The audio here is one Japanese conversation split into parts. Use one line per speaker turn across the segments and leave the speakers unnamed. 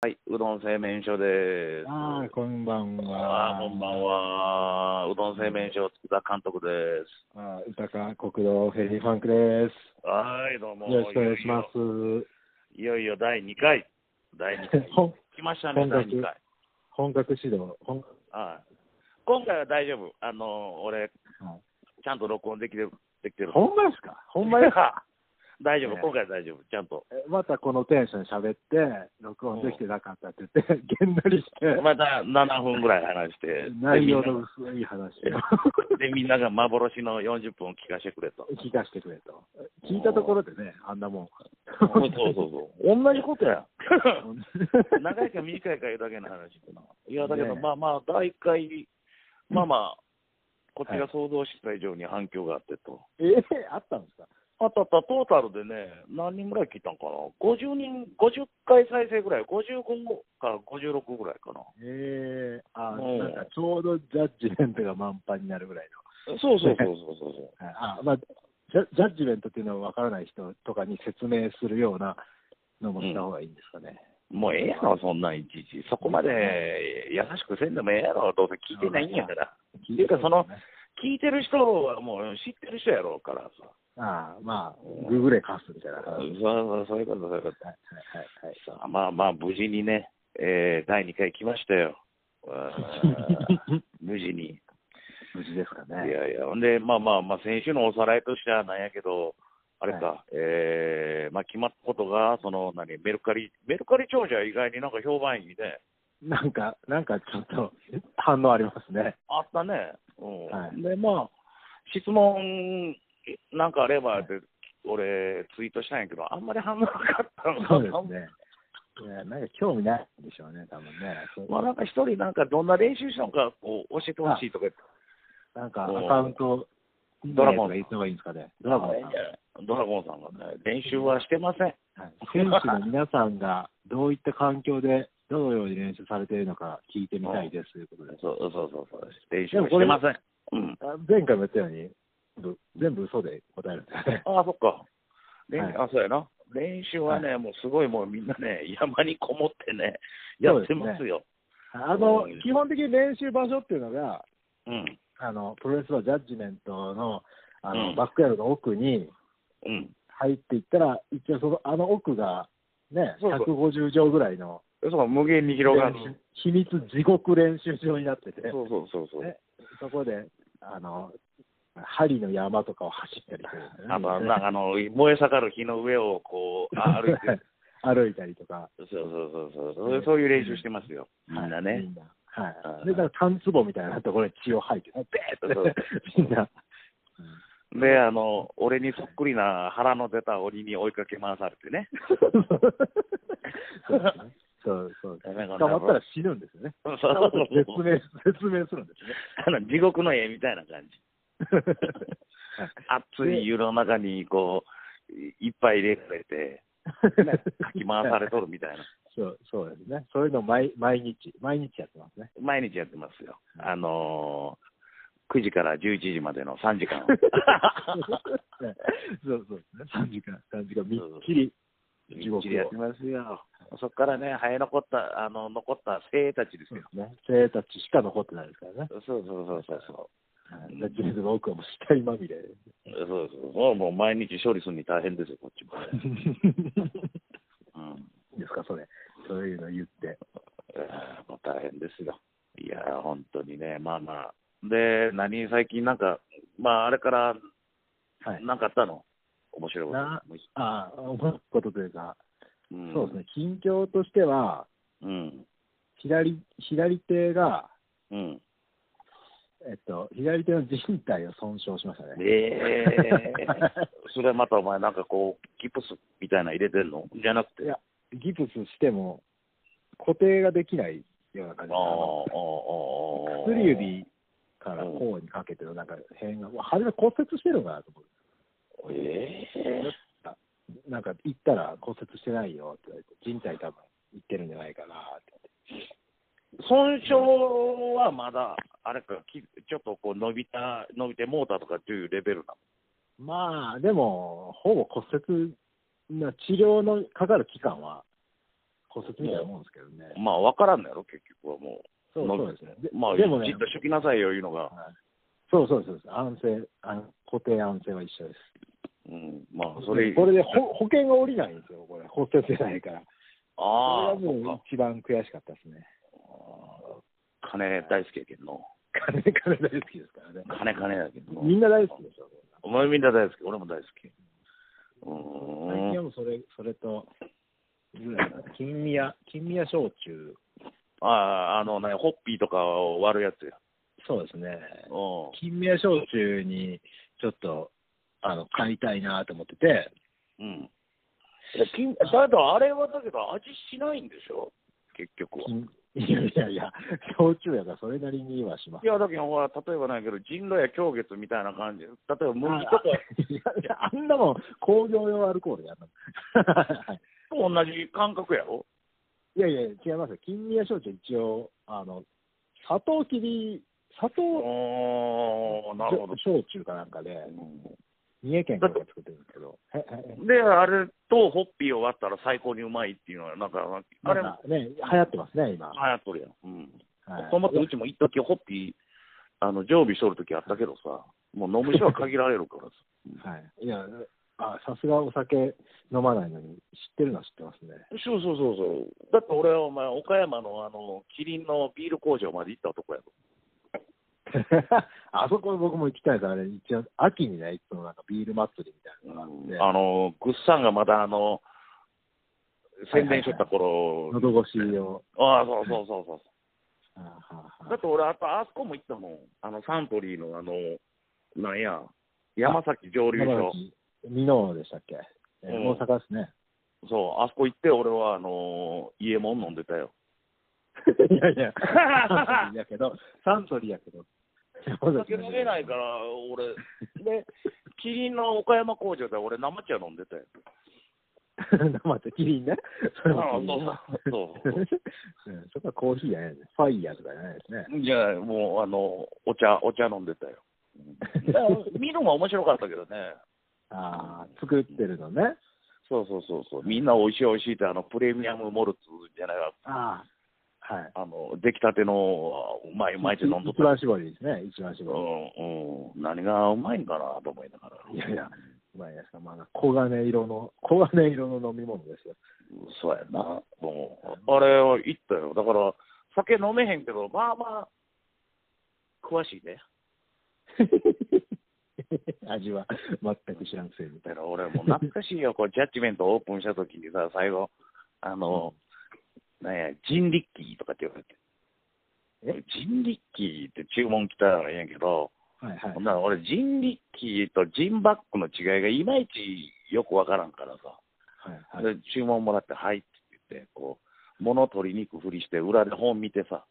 はい、うどん製麺所です。
ああ、こんばんは。
あーこんばん。は。うどん製麺所、佃監督です。
あー歌か国道フェリーファンクです。
はい、どうも。
よろしくお願いしま
いよいよ。いよいよ第2回。第2回
す。。本
来ましたね、
本
第
格
2回。
本格指導。本
はい今回は大丈夫。あの、俺、
はい
ちゃんと録音できてる。できてる。
ほんまですかほんまですか
大丈夫、
ね
今回は大丈夫。ちゃんと。
え またこのテンション喋って、録音できてなかったって言って、げんなりして、
また7分ぐらい話して。で
内容の薄い話を
で、みんなが幻の40分を聞かせてくれ と。
聞かせてくれと。聞いたところでね、あんなもん。
そうそうそう。同じこと や。 長いか短いかいうだけの話かな。いや、だけど、
ねえ
まあまあ、第1回、まあまあ、こっちが想像した以上に反響があってと。
ええあったんですか
あったあった、トータルでね、何人ぐらい聞いたんかな。50人、50回再生ぐらい、55から56ぐらいかな。
ええあ
う
ー
ん
なんかちょうどジャッジメントが満帆になるぐらいの。
そうそうそうそうそうそう。
はいあまあ、ジャジャッジメントっていうのは分からない人とかに説明するようなのもした方がいいんですかね。
もうええやろ、そんなんいちいち。そこまで優しくせんでもええやろ、どうせ聞いてないんやから。
聞
てかその聞いてる人はもう知ってる人やろうからさ。
ああまあ、ググレカスみたい
そ
な
う
感じ。
そうそういうこと、そういうこと。
はいはいはい
さあまあまあ、無事にね、えー第2回来ましたよ。あ ー無事に。
無事ですか
い
ね。
やいや、ほんで、まあまあ、まあ、先週のおさらいとしてはなんやけど、あれか、
は
えーまあ、決まったことが、その、何、メルカリ、メルカリ長者は意外になんか評判いいね。
なんか、なんかちょっと反応ありますね。
あったね。うん
はい
で、まあ、質問なんかあればって、俺、ツイートしたんやけど、あんまり反応なかったの
そうですね。いやなんか興味ないんでしょうね、多分ね。そう
まあ、なんか一人、なんかどんな練習したのかこう教えてほしいとか言って、
なんかアカウント、
ドラゴン
がいつもいいんですかね。ドラゴンさん。
ドラゴンさんがね、練習はしてません。
はい、選手の皆さんがどういった環境で、どのように練習されているのか聞いてみたいですということで、
そうそうそうそう、練習はしてません。うん、。
あ前回も言ったように、全部全部嘘で答えるんですね
ああ、そっか、練
はい
あそうやな、練習はね、もうすごいもうみんなね、 山にこもってね、 やってますよ。
あの
うん
基本的に練習場所っていうのが、
うん
あのプロレスはジャッジメントのあの、
うん
バックヤードの奥に
うん、
入っていったら、一応その、あの奥が、ね、
そうそう
150畳ぐらいの
そう無限に広がる。
秘密地獄練習場になってて、
そうそうそうそう。
ねそこであの針の山とかを走ったりするんですよね
あと、なんかあの、燃え盛る火の上をこう、あ歩いて、
歩いたりとか、
そうそうそうそう、そうそういう練習してますよ、みんな
はい
ね
み。んなは
あー
い、で、だから、炭壺みたいなところに血を吐いて、ベー
そう
って、 みんな、
で、あの、俺にそっくりな腹の出た鬼に追いかけ回されてね。
そう ですねそうそう、
ダメだな
捕まったら死ぬんですよね、
そう
捕まった
そ
ら
う
絶
そう
命絶命するんですね
あの、地獄の絵みたいな感じ。熱い湯の中に、こう、いっぱい入れられて、 ねかき回されとるみたいな。
そう そうですね、そういうのを毎毎日、毎日やってますね。
毎日やってますよ。あのー、9時から11時までの3時間。
ね そうそうですね、3時間、3時間、みっきり地
みっ
獄
ちりやって
を。
ますよ。そこからね、生え残った、あの、残った精鋭たちですよ。
ね、生たちしか残ってないですからね。
そうそうそうそうそう。
ジャッジメントの奥はもう死体まみれ。
そうそうそう。もう毎日処理するに大変ですよ、こっちも、 ね。うん。
いいですか、それ。そういうの言って。
あーもう大変ですよ。いやー、本当にね、まあまあ。で、何、最近なんか、まあ、あれから、
はい。
なんかあったの面白いこと。
なああ、思うことというか、
うん、
そうですね、近況としては、
うん。
左左手が、
うん。
えっと、左手の靭帯を損傷しました
え
ね。
え それまたお前なんかこう、ギプスみたいなの入れてんのじゃなくて。
いや、ギプスしても、固定ができないような
あ
感
ー
じであの
あー、あー
薬。指から甲にかけてのなんか辺が、初め骨折してるのかなと思って
ええ
なんか行ったら骨折してないよって言われて、人体多分行ってるんじゃないかなって
損傷はまだ、あれか、きちょっとこう伸びた、伸びてモーターとかっていうレベルな
まあ、でも、ほぼ骨折な治療のかかる期間は骨折みたいなもんですけどね。
まあ、わからんのやろ、結局はも
そう
まあ
そうですね。で
う。まあ、
でも
じ
ね
っ、としときなさいよ、いうのが。
はいそうそうそうです。安静、あの固定安静は一緒です。
うん。まあ、それ、
これで保保険が下りないんですよ、これ。骨折じゃないから。
ああ、
こ
そ
れ
う
がもう
か。
一番悔しかったですね。
金大好きやけんの。
金、金大好きですからね。
金金やけんの。
みんな大好きでしょ、
お前みんな大好き、俺も大好き。う
そんな最近
ー
は
ん。
もうそれ、それと、ぐらいかな金宮、金宮焼酎。
ああ、あのね、ホッピーとかを割るやつや。
そうですね。
うん。
金宮焼酎に、ちょっと、あの、買いたいなと思ってて、
うん。いや金だけど、あれはだけど、味しないんでしょ結局は。
金いやいやいや、 焼酎やからそれなりにはします
い。や、だけど、ほら、例えばなんやけど、人狼や狂月みたいな感じ。例えば、麦とか
いやいやあんなもん、工業用アルコールや んな。はい
と同じ感覚やろ
いやいや、違いますよ。金宮焼酎、一応、あの、砂糖切り、砂糖
おー、なるほど。
焼酎かなんかで、三重県から作ってるんですけど、はいはいはい
で、あれとホッピーを割ったら最高にうまいっていうのは、なんか、あれ、流
なんかね、流行ってますね、今。
行っとるやん。うん。
はい
ともってうちも一時ホッピー、あの、常備しとる時あったけどさ、もう飲む人は限られるからさ。
はい、いや、あさすがお酒飲まないのに、知ってるのは知ってますね。
そうそうそうそう。だって俺はお前、岡山のあの、キリンのビール工場まで行った男やろ。
あそこ僕も行きたいです、あれ、一応、秋にね、いつもなんかビール祭りみたいなのがあっ
あの、グッサンがまだあの、宣伝しとった
て、
頃、
喉越しを。
ああ、そうそうそうそう。
あはあは
だ
あ
って俺、あとあそこも行ったもん。あの、サントリーの、あの、なんや、山崎蒸留
山
所。
崎美濃でしたっけ、えー
うん
大阪ですね。
そう、あそこ行って、俺は、あのー、家もん飲んでたよ。
いやいや、サントリーやけど、サントリーやけど、
お酒飲めないから、俺、で、キリンの岡山工場で俺、生茶飲んでたよ。
ら、生ってキリンね、それ
あ
もキリン
そうそうそう
うん そこはコーヒーじゃないですね、ファイヤーとかじゃないですね。
じゃあ、もう、あの、お茶、お茶飲んでたよ。だから見るのも面白かったけどね。
ああ、作ってるのね。
そうそうそうそう。みんな美味しい美味しいって、あの、プレミアムモルツじゃないわ。
ああ、はい。
あの、出来たての、うまい、うまいって飲んどっ
一
た
番搾りですね、一番搾り。
うんうん、何がうまいんかなと思いながら。
いやいや、うまいですか、まだ黄金色の、黄金色の飲み物で すよ。
そうやな。もう、あれは行ったよ。だから、酒飲めへんけど、まあまあ、詳しいね。
味は全く知らんくせに。
だから俺も懐かしいよ。こう、ジャッジメントオープンした時にさ、最後、あの、なんや、ジンリッキーとかって言われて。
え
ジンリッキーって注文来たらええんやけど、
はいはい
ほん。なら俺、ジンリッキーとジンバックの違いがいまいちよくわからんからさ。
はいはい、
で注文もらって、はいって言って、こう、物取りに行くふりして、裏で本見て さ。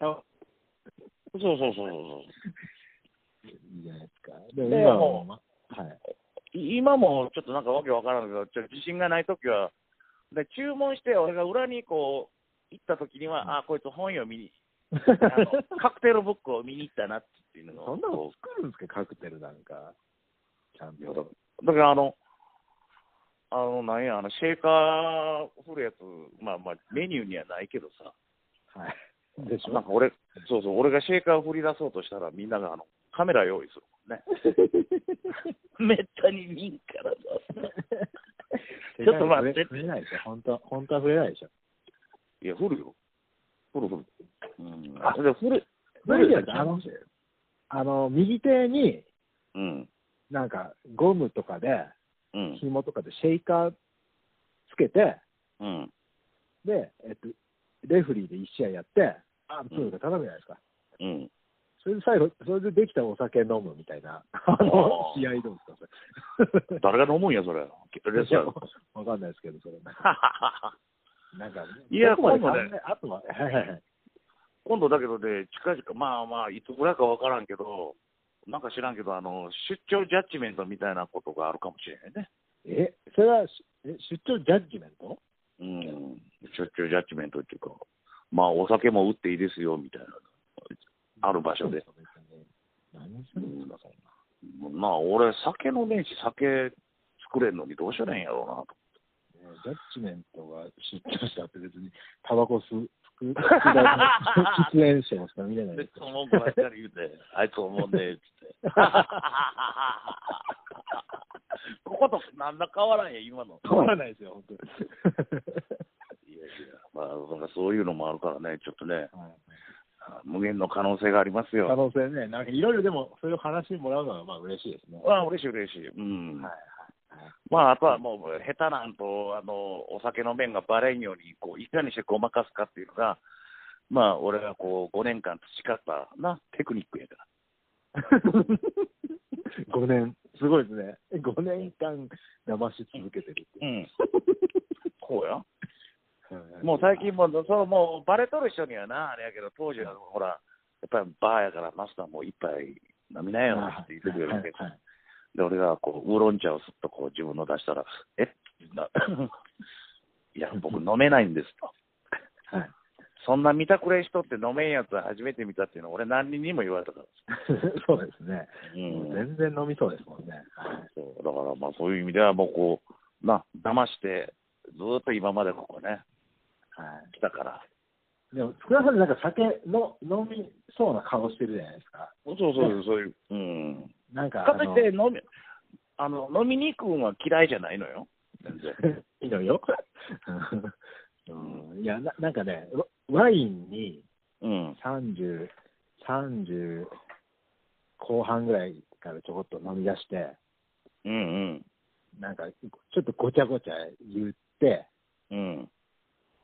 そうそうそうそ
いいじゃないですか。でも
で
今は
もう
まはい。
う。い今もちょっとなんかわけわからんけど、ちょっと自信がないときは、で注文して、俺が裏にこう、行ったときには、あ、こいつ本読みに、あ のカクテルブックを見に行ったなっていうのが。
そんなの
こ
作るんですか、カクテルなんか。ちゃん
ういやだ
と。
だからあの、あの、なんや、あの、シェーカー振るやつ、まあまあ、メニューにはないけどさ。
はい。でし
なん
ょ
か俺、そうそう、俺がシェーカーを振り出そうとしたら、みんながあのカメラ用意するもんね。 めったに見んから さ。ちょっと待って
触れないでしょ、本当は、本当は触れないでしょ。
いや、振るよ。振る振る。うん。
あ
それで振る。
何やったあの、あの、右手に、
うん。
なんか、ゴムとかで、
うん。
紐とかでシェイカーつけて、
うん。
で、えっと、レフリーで1試合やって、あプールが頼むじゃないですか。
うん。
それで最後、それでできたお酒飲むみたいな、あの
あ、ー
試合どうですか、それ。
誰が飲むんや、それ。レス
いや
やろ。
わかんないですけど、それ。なんか、
いや
どこまで
今度
考えあとは、はいはいはい。
今度だけどね、近々、まあまあ、いつぐらいかわからんけど、なんか知らんけど、あの、出張ジャッジメントみたいなことがあるかもしれへんね。
え、それは、しえ出張ジャッジメント
うん、しょっちゅうジャッジメントっていうか、まあ、お酒も打っていいですよみたいな、ある場所で。。
何するんですか、そんな。
まあ、俺、酒のねえし、酒作れんのにどうしようねんやろうなと。
ねジャッジメントが出張したって別に、タバコ吸う、副副大の喫煙者しか見れな い
で
です
その文句ば っかり言うて、あいつ思うん で、つって。こことなんだ変わらんや、今の。
変わらないですよ、本当に。
いやいや、まあ、なんかそういうのもあるからね、ちょっとね、
はい
無限の可能性があります
可
よ。
能性ね、なんかいろいろでも、そういう話もらうのはまあ嬉しいですね。
あ嬉しい、嬉しい。うん。
はい
まあ、あとはもう、下手なんと、あの、お酒の面がバレんように、こう、いかにしてごまかすかっていうのが、まあ、俺がこう、5年間培ったな、テクニックやから。
5年、すごいですね。5年間騙し続けてるって。
うん。 こうや。
はい
もう最近も、そう、もうバレとる人にはな、あれやけど、当時はほら、やっぱりバーやから、マスターもう一杯飲みなよって言ってくれるわけ
はいはい
で、俺がこう、ウーロン茶をすっとこう自分の出したら、えな いや、僕飲めないんですと。
はいはい
そんな見たくれん人って飲めんやつは初めて見たっていうの俺何人にも言われたから。
そうですね。
うん
全然飲みそうですもんね。
そうだからまあそういう意味ではもうこう、まあ、騙して、ずーっと今までここね、
は
来たから。
い。でも、福田さんってなんか酒の飲みそうな顔してるじゃないですか。
そうそう、そういう。うん。
なんか、
かといって飲みあの飲みに行くんは嫌いじゃないのよ、
あ
全然。
のいいのよ。うんいやな、なんかね、ワワインに
うん、
30、30後半ぐらいからちょこっと飲み出して、
うん、
なんか、ちょっとごちゃごちゃ言って、
うん、うん。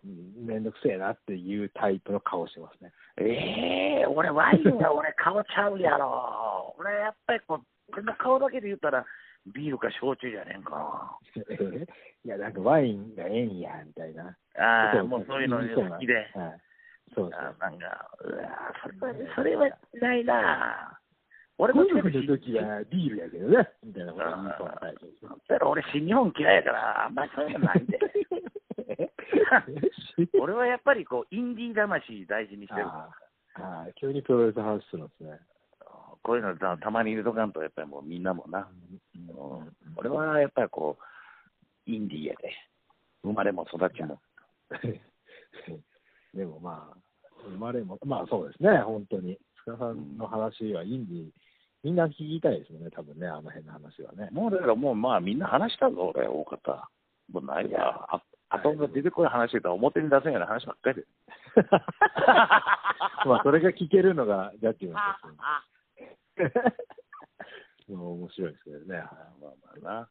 うんめんどくせえなっていうタイプの顔してますね。
ええー、俺、ワインは俺、顔ちゃうやろ。俺、やっぱりこう、俺の顔だけで言ったら、ビールか焼酎じゃねえんか
いや、なんかワインがええんや、みたいな。
な。あ
そ
あ、
う
もうそういうの
そうな
好きで。
はい。そう
あ
そ
ーなんか、うわーそれは、それはないな。俺も
う。ゴルフの時はビールやけどね、みたいなこと言いそうなタイプ です
だから俺、新日本嫌いやから、あんまりそういうのないんで。俺はやっぱりこう、インディー魂大事にしてるから
あ。ー あー、急にプロレスハウスするんですね。
こういうのたたまに入れとかんと、やっぱりもうみんなもな、
うん
うん俺はやっぱりこう、インディーやで、生まれも育ちも。
でもまあ、生まれも、まあそうですね、本当に。塚さんの話はインディー、みんな聞きたいですもんね、多分ね、あの辺の話 はね。
もうだからもうまあみんな話したぞ、俺、大方。もうないわ。あ後が出てこい話してたら表に出せんような話ばっかりで。
まあ、それが聞けるのがジャッジメントですよね。もう面白いですけどね。
あまあま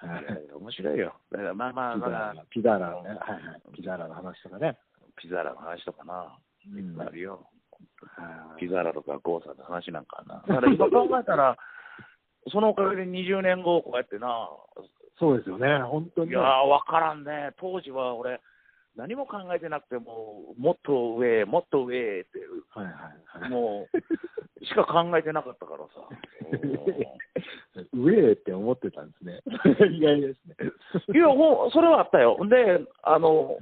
あな。
はい
いやいや面白いよ。だからまあまあ、
ピ
だ
ザ
から
ラ、ピザラのね、はいはい、ピザラの話とかね。
ピザーラの話とかな、いっぱいあるよ。
はい
ピザーラとかゴーサの話なんか な。だから今考えたら、そのおかげで20年後、こうやってな、
そうですよね、本当に
い
ね。
やー、わからんね、当時は俺、何も考えてなくても、もっと上へ、もっと上へって、
はいはい はい。
もう、しか考えてなかったからさ、
上へって思ってたんですね。 意外ですね。
いや、もう、それはあったよ、で、あの、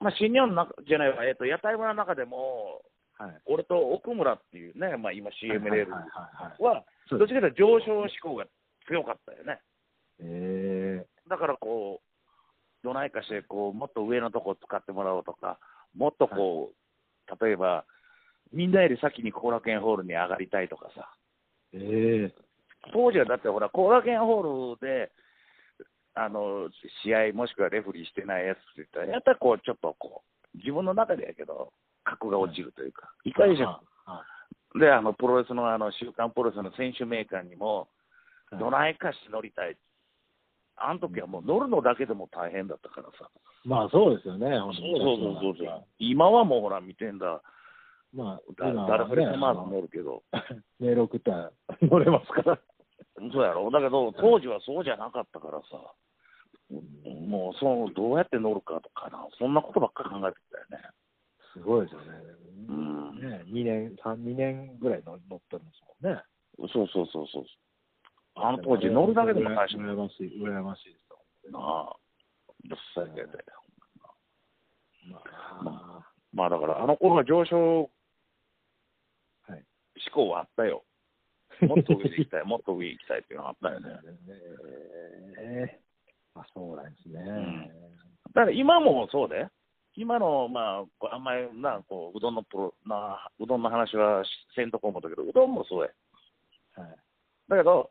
まあ、新日本の中じゃないわ、えっと、屋台村の中でも、
はい。
俺と奥村っていうね、まあ、今、CM レール
はいはいはい。
は、
そ
ど
う
っ
で
ちか
す
というと上昇志向が強かったよね。
え
だからこう、どないかしてこう、もっと上のとこ使ってもらおうとか、もっとこう、例えば、みんなより先に後楽園ホールに上がりたいとかさ、
ー、え
当時はだってほら、後楽園ホールで、あの試合、もしくはレフェリーしてないやつって言ったら、やっぱりこう、ちょっとこう、自分の中でやけど、格が落ちるというか、い
ー、
かにし
は
ょで、あのプロレスの、あの週刊プロレスの選手名鑑にも、
いはい
どないかして乗りたい、あの時はもう乗るのだけでも大変だったからさ。
まあそうですよね、
そ
本
う
当に
そうそうそう。今はもうほら見てんだ、
まあ、
だ
今
誰
は
そ
ね
れマーズ乗るけど、
メール送ったら乗れますから。
そうやろ、だけど当時はそうじゃなかったからさ、もうそのどうやって乗るかとかな、そんなことばっかり考えてたよね。
すごいですよね。
うん
ね2年、3、2年ぐらい乗乗ってるんですもんね。
そうそうそうそう。あの当時乗るだけでも大したな
羨ましい、羨ましいですよ。
あ。ぶっさけて。
まあ、
まあだからあの頃は上昇
はい。
志向はあった よ。もっと上で 行きたい、もっと上行きたいっていうのはあったよね。
ええあ、そうなんですね。
んだから今もそうで、今の、まあこう、あんまりな、こう、うどんのプロ、な、うどんの話はしせんとこ思ったけど、うどんもそうや。
はい。
だけど、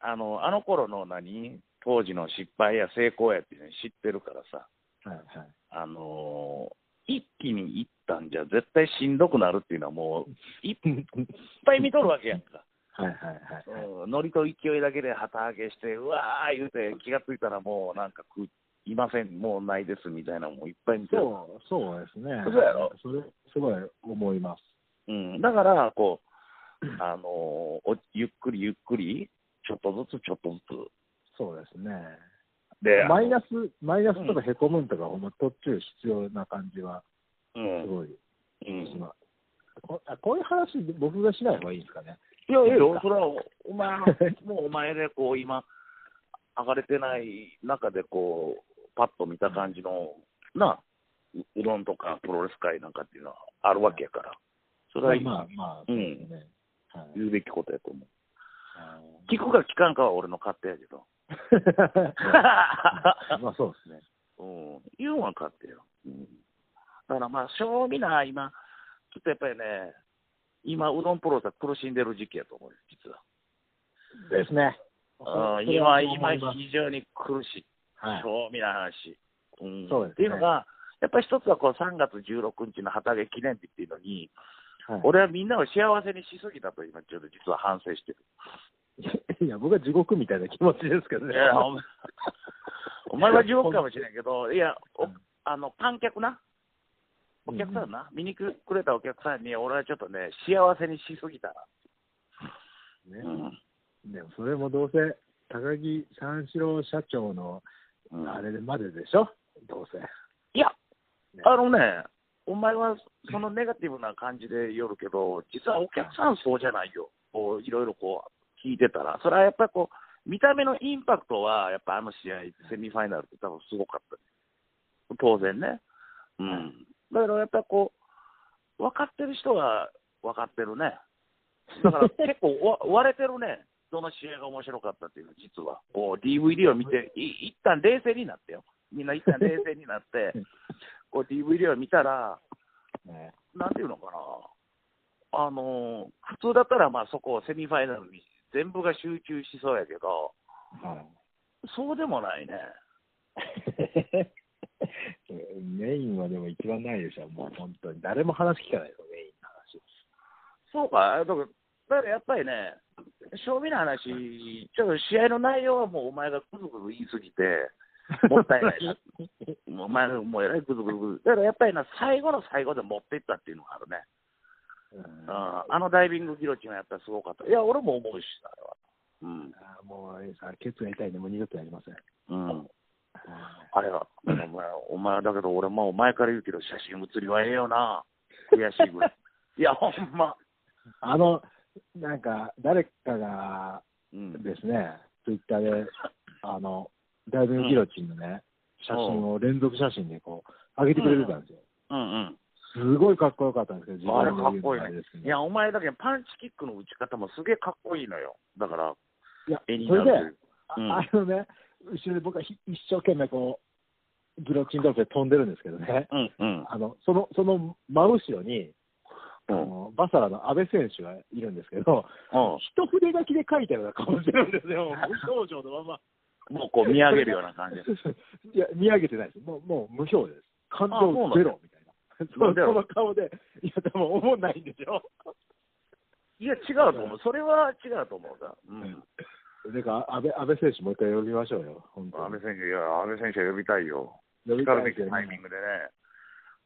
あの、あの頃の何、当時の失敗や成功やっていうの知ってるからさ、
はい。 はい。
あのー一気に行ったんじゃ絶対しんどくなるっていうのはもう、いっぱい見とるわけやんか。
はい。はい。はい。
うんノリと勢いだけで旗揚げして、うわー言うて、気がついたらもうなんか食う、いません、もうないですみたいなのもいっぱい見てる。
そう、そうですね。
そうやろ
それ、すごい思います。
うん、だから、こう、あのーおゆっくりゆっくり、ちょっとずつちょっとず
そうですね。
つ。で、
マイナ
ス、
ス、マイナスとかへこむんとか、ほんま途中必要な感じは、
う
す
ん、
ごい
うん。
します。こあこういう話、僕がしない方がいいんですかね。
いや、いいよ、それは、お前の、もうお前で、こう、今、上がれてない中で、こう、パッと見た感じの、な、ううどんとかプロレス界なんかっていうのはあるわけやから、それは、
まあまあ、
う
そ
ん
うですね。はい
言うべきことやと思う。
あの
聞くか聞かんかは俺の勝手やけど。
まあそうですね。
うん、言うんは勝手よ。うん、だからまあ、正味な、今、ちょっとやっぱりね、今、うどんプロレスは苦しんでる時期やと思うよ、実は。
ですね。
うん
それ
今、
はそう思
今
います
非常に苦しい。
はい。
興味ない話、うん
そうですね
っていうのが、やっぱり一つはこう3月16日の旗揚げ記念日っていうのに、
はい
俺はみんなを幸せにしすぎたと今、ちょっと実は反省してる。
いや、僕は地獄みたいな気持ちですけどね。
いやお前お前は地獄かもしれないけど、いや、おあの観客な、お客さんな、見に来てくれたお客さんに、俺はちょっとね、幸せにしすぎたな。
ね
うん
でもそれもどうせ、高木三四郎社長の
うん
あれまででしょ、どうせ。
いや、
ね
あのね、お前はそのネガティブな感じでよるけど、実はお客さんそうじゃないよ、こういろいろこう聞いてたら、それはやっぱりこう、見た目のインパクトは、やっぱあの試合、セミファイナルって多分すごかった、当然ね。うん、だけどやっぱりこう、分かってる人は分かってるね。だから結構わ割れてるね、どの試合が面白かったっていうのは、実は。こう DVD を見て、い一旦冷静になってよ。みんな一旦冷静になって、こう DVD を見たら、
ね
なんていうのかな、あのー普通だったらまあそこをセミファイナルに全部が集中しそうやけど、
は
そうでもないね。
い、 メインはでも一番ないでしょ、もう本当に。誰も話聞かないよ、メインの話。
そうか、だからだからやっぱりね、正味の話、ちょっと試合の内容はもうお前がぐずぐず言いすぎて、 もったいないな。もうお前がもうえらいぐずぐずぐず。だからやっぱりな、最後の最後で持っていったっていうのがあるね。
うん
ああのダイビングギロチンはやっぱりすごかった。いや、俺も思うし、あれは。うん。
あーもう、さ、ケツが痛いんで、もう二度とやりません。
うん。
は
あれは、お前、お前だけど俺、もう前から言うけど、写真写りはええよな、悔しいぐらい。 いや、ほんま。
いあの、なんか、誰かが
うん、
ですね、ツイッターで、あの、ダイビングギロチンのね、写真を連続写真でこう、上げてくれてたんですよ。
うん
すごいかっこよかったんですけど、
うん。あれかっこいい
自分で言うのもあれ
ね
ですけ。ど
いや、お前だけどパンチキックの打ち方もすげえかっこいいのよ。だから、
いや、
絵に
そ
な
れで、
る
あ
うん
あのね、後ろで僕はひ一生懸命こう、ギロチンドープで飛んでるんですけどね、
という。うんうん。
あのそのその真後ろに、あ
うん
のバサラの安倍選手がいるんですけど、
も
一筆書きで書いたような顔してるんですよ、無表情のまま。
うこう見上げるような 感じ。
いや、見上げてないです、もうもう無表情です、感
あそうなん
情
だ
ゼロみたいな、
な
そ
んでや
そ
ろ
の 顔で、いや、でも思んないんでしょ。
いや、違うと思う。それは違うと思うな。うん。
てか、安倍安倍選手、もう一回呼びましょうよ、本当
安
に
倍。選手、いや、安倍選手は呼びたいよ。
呼び
叱
たい
るべ
です
き
よね
タイミングでね。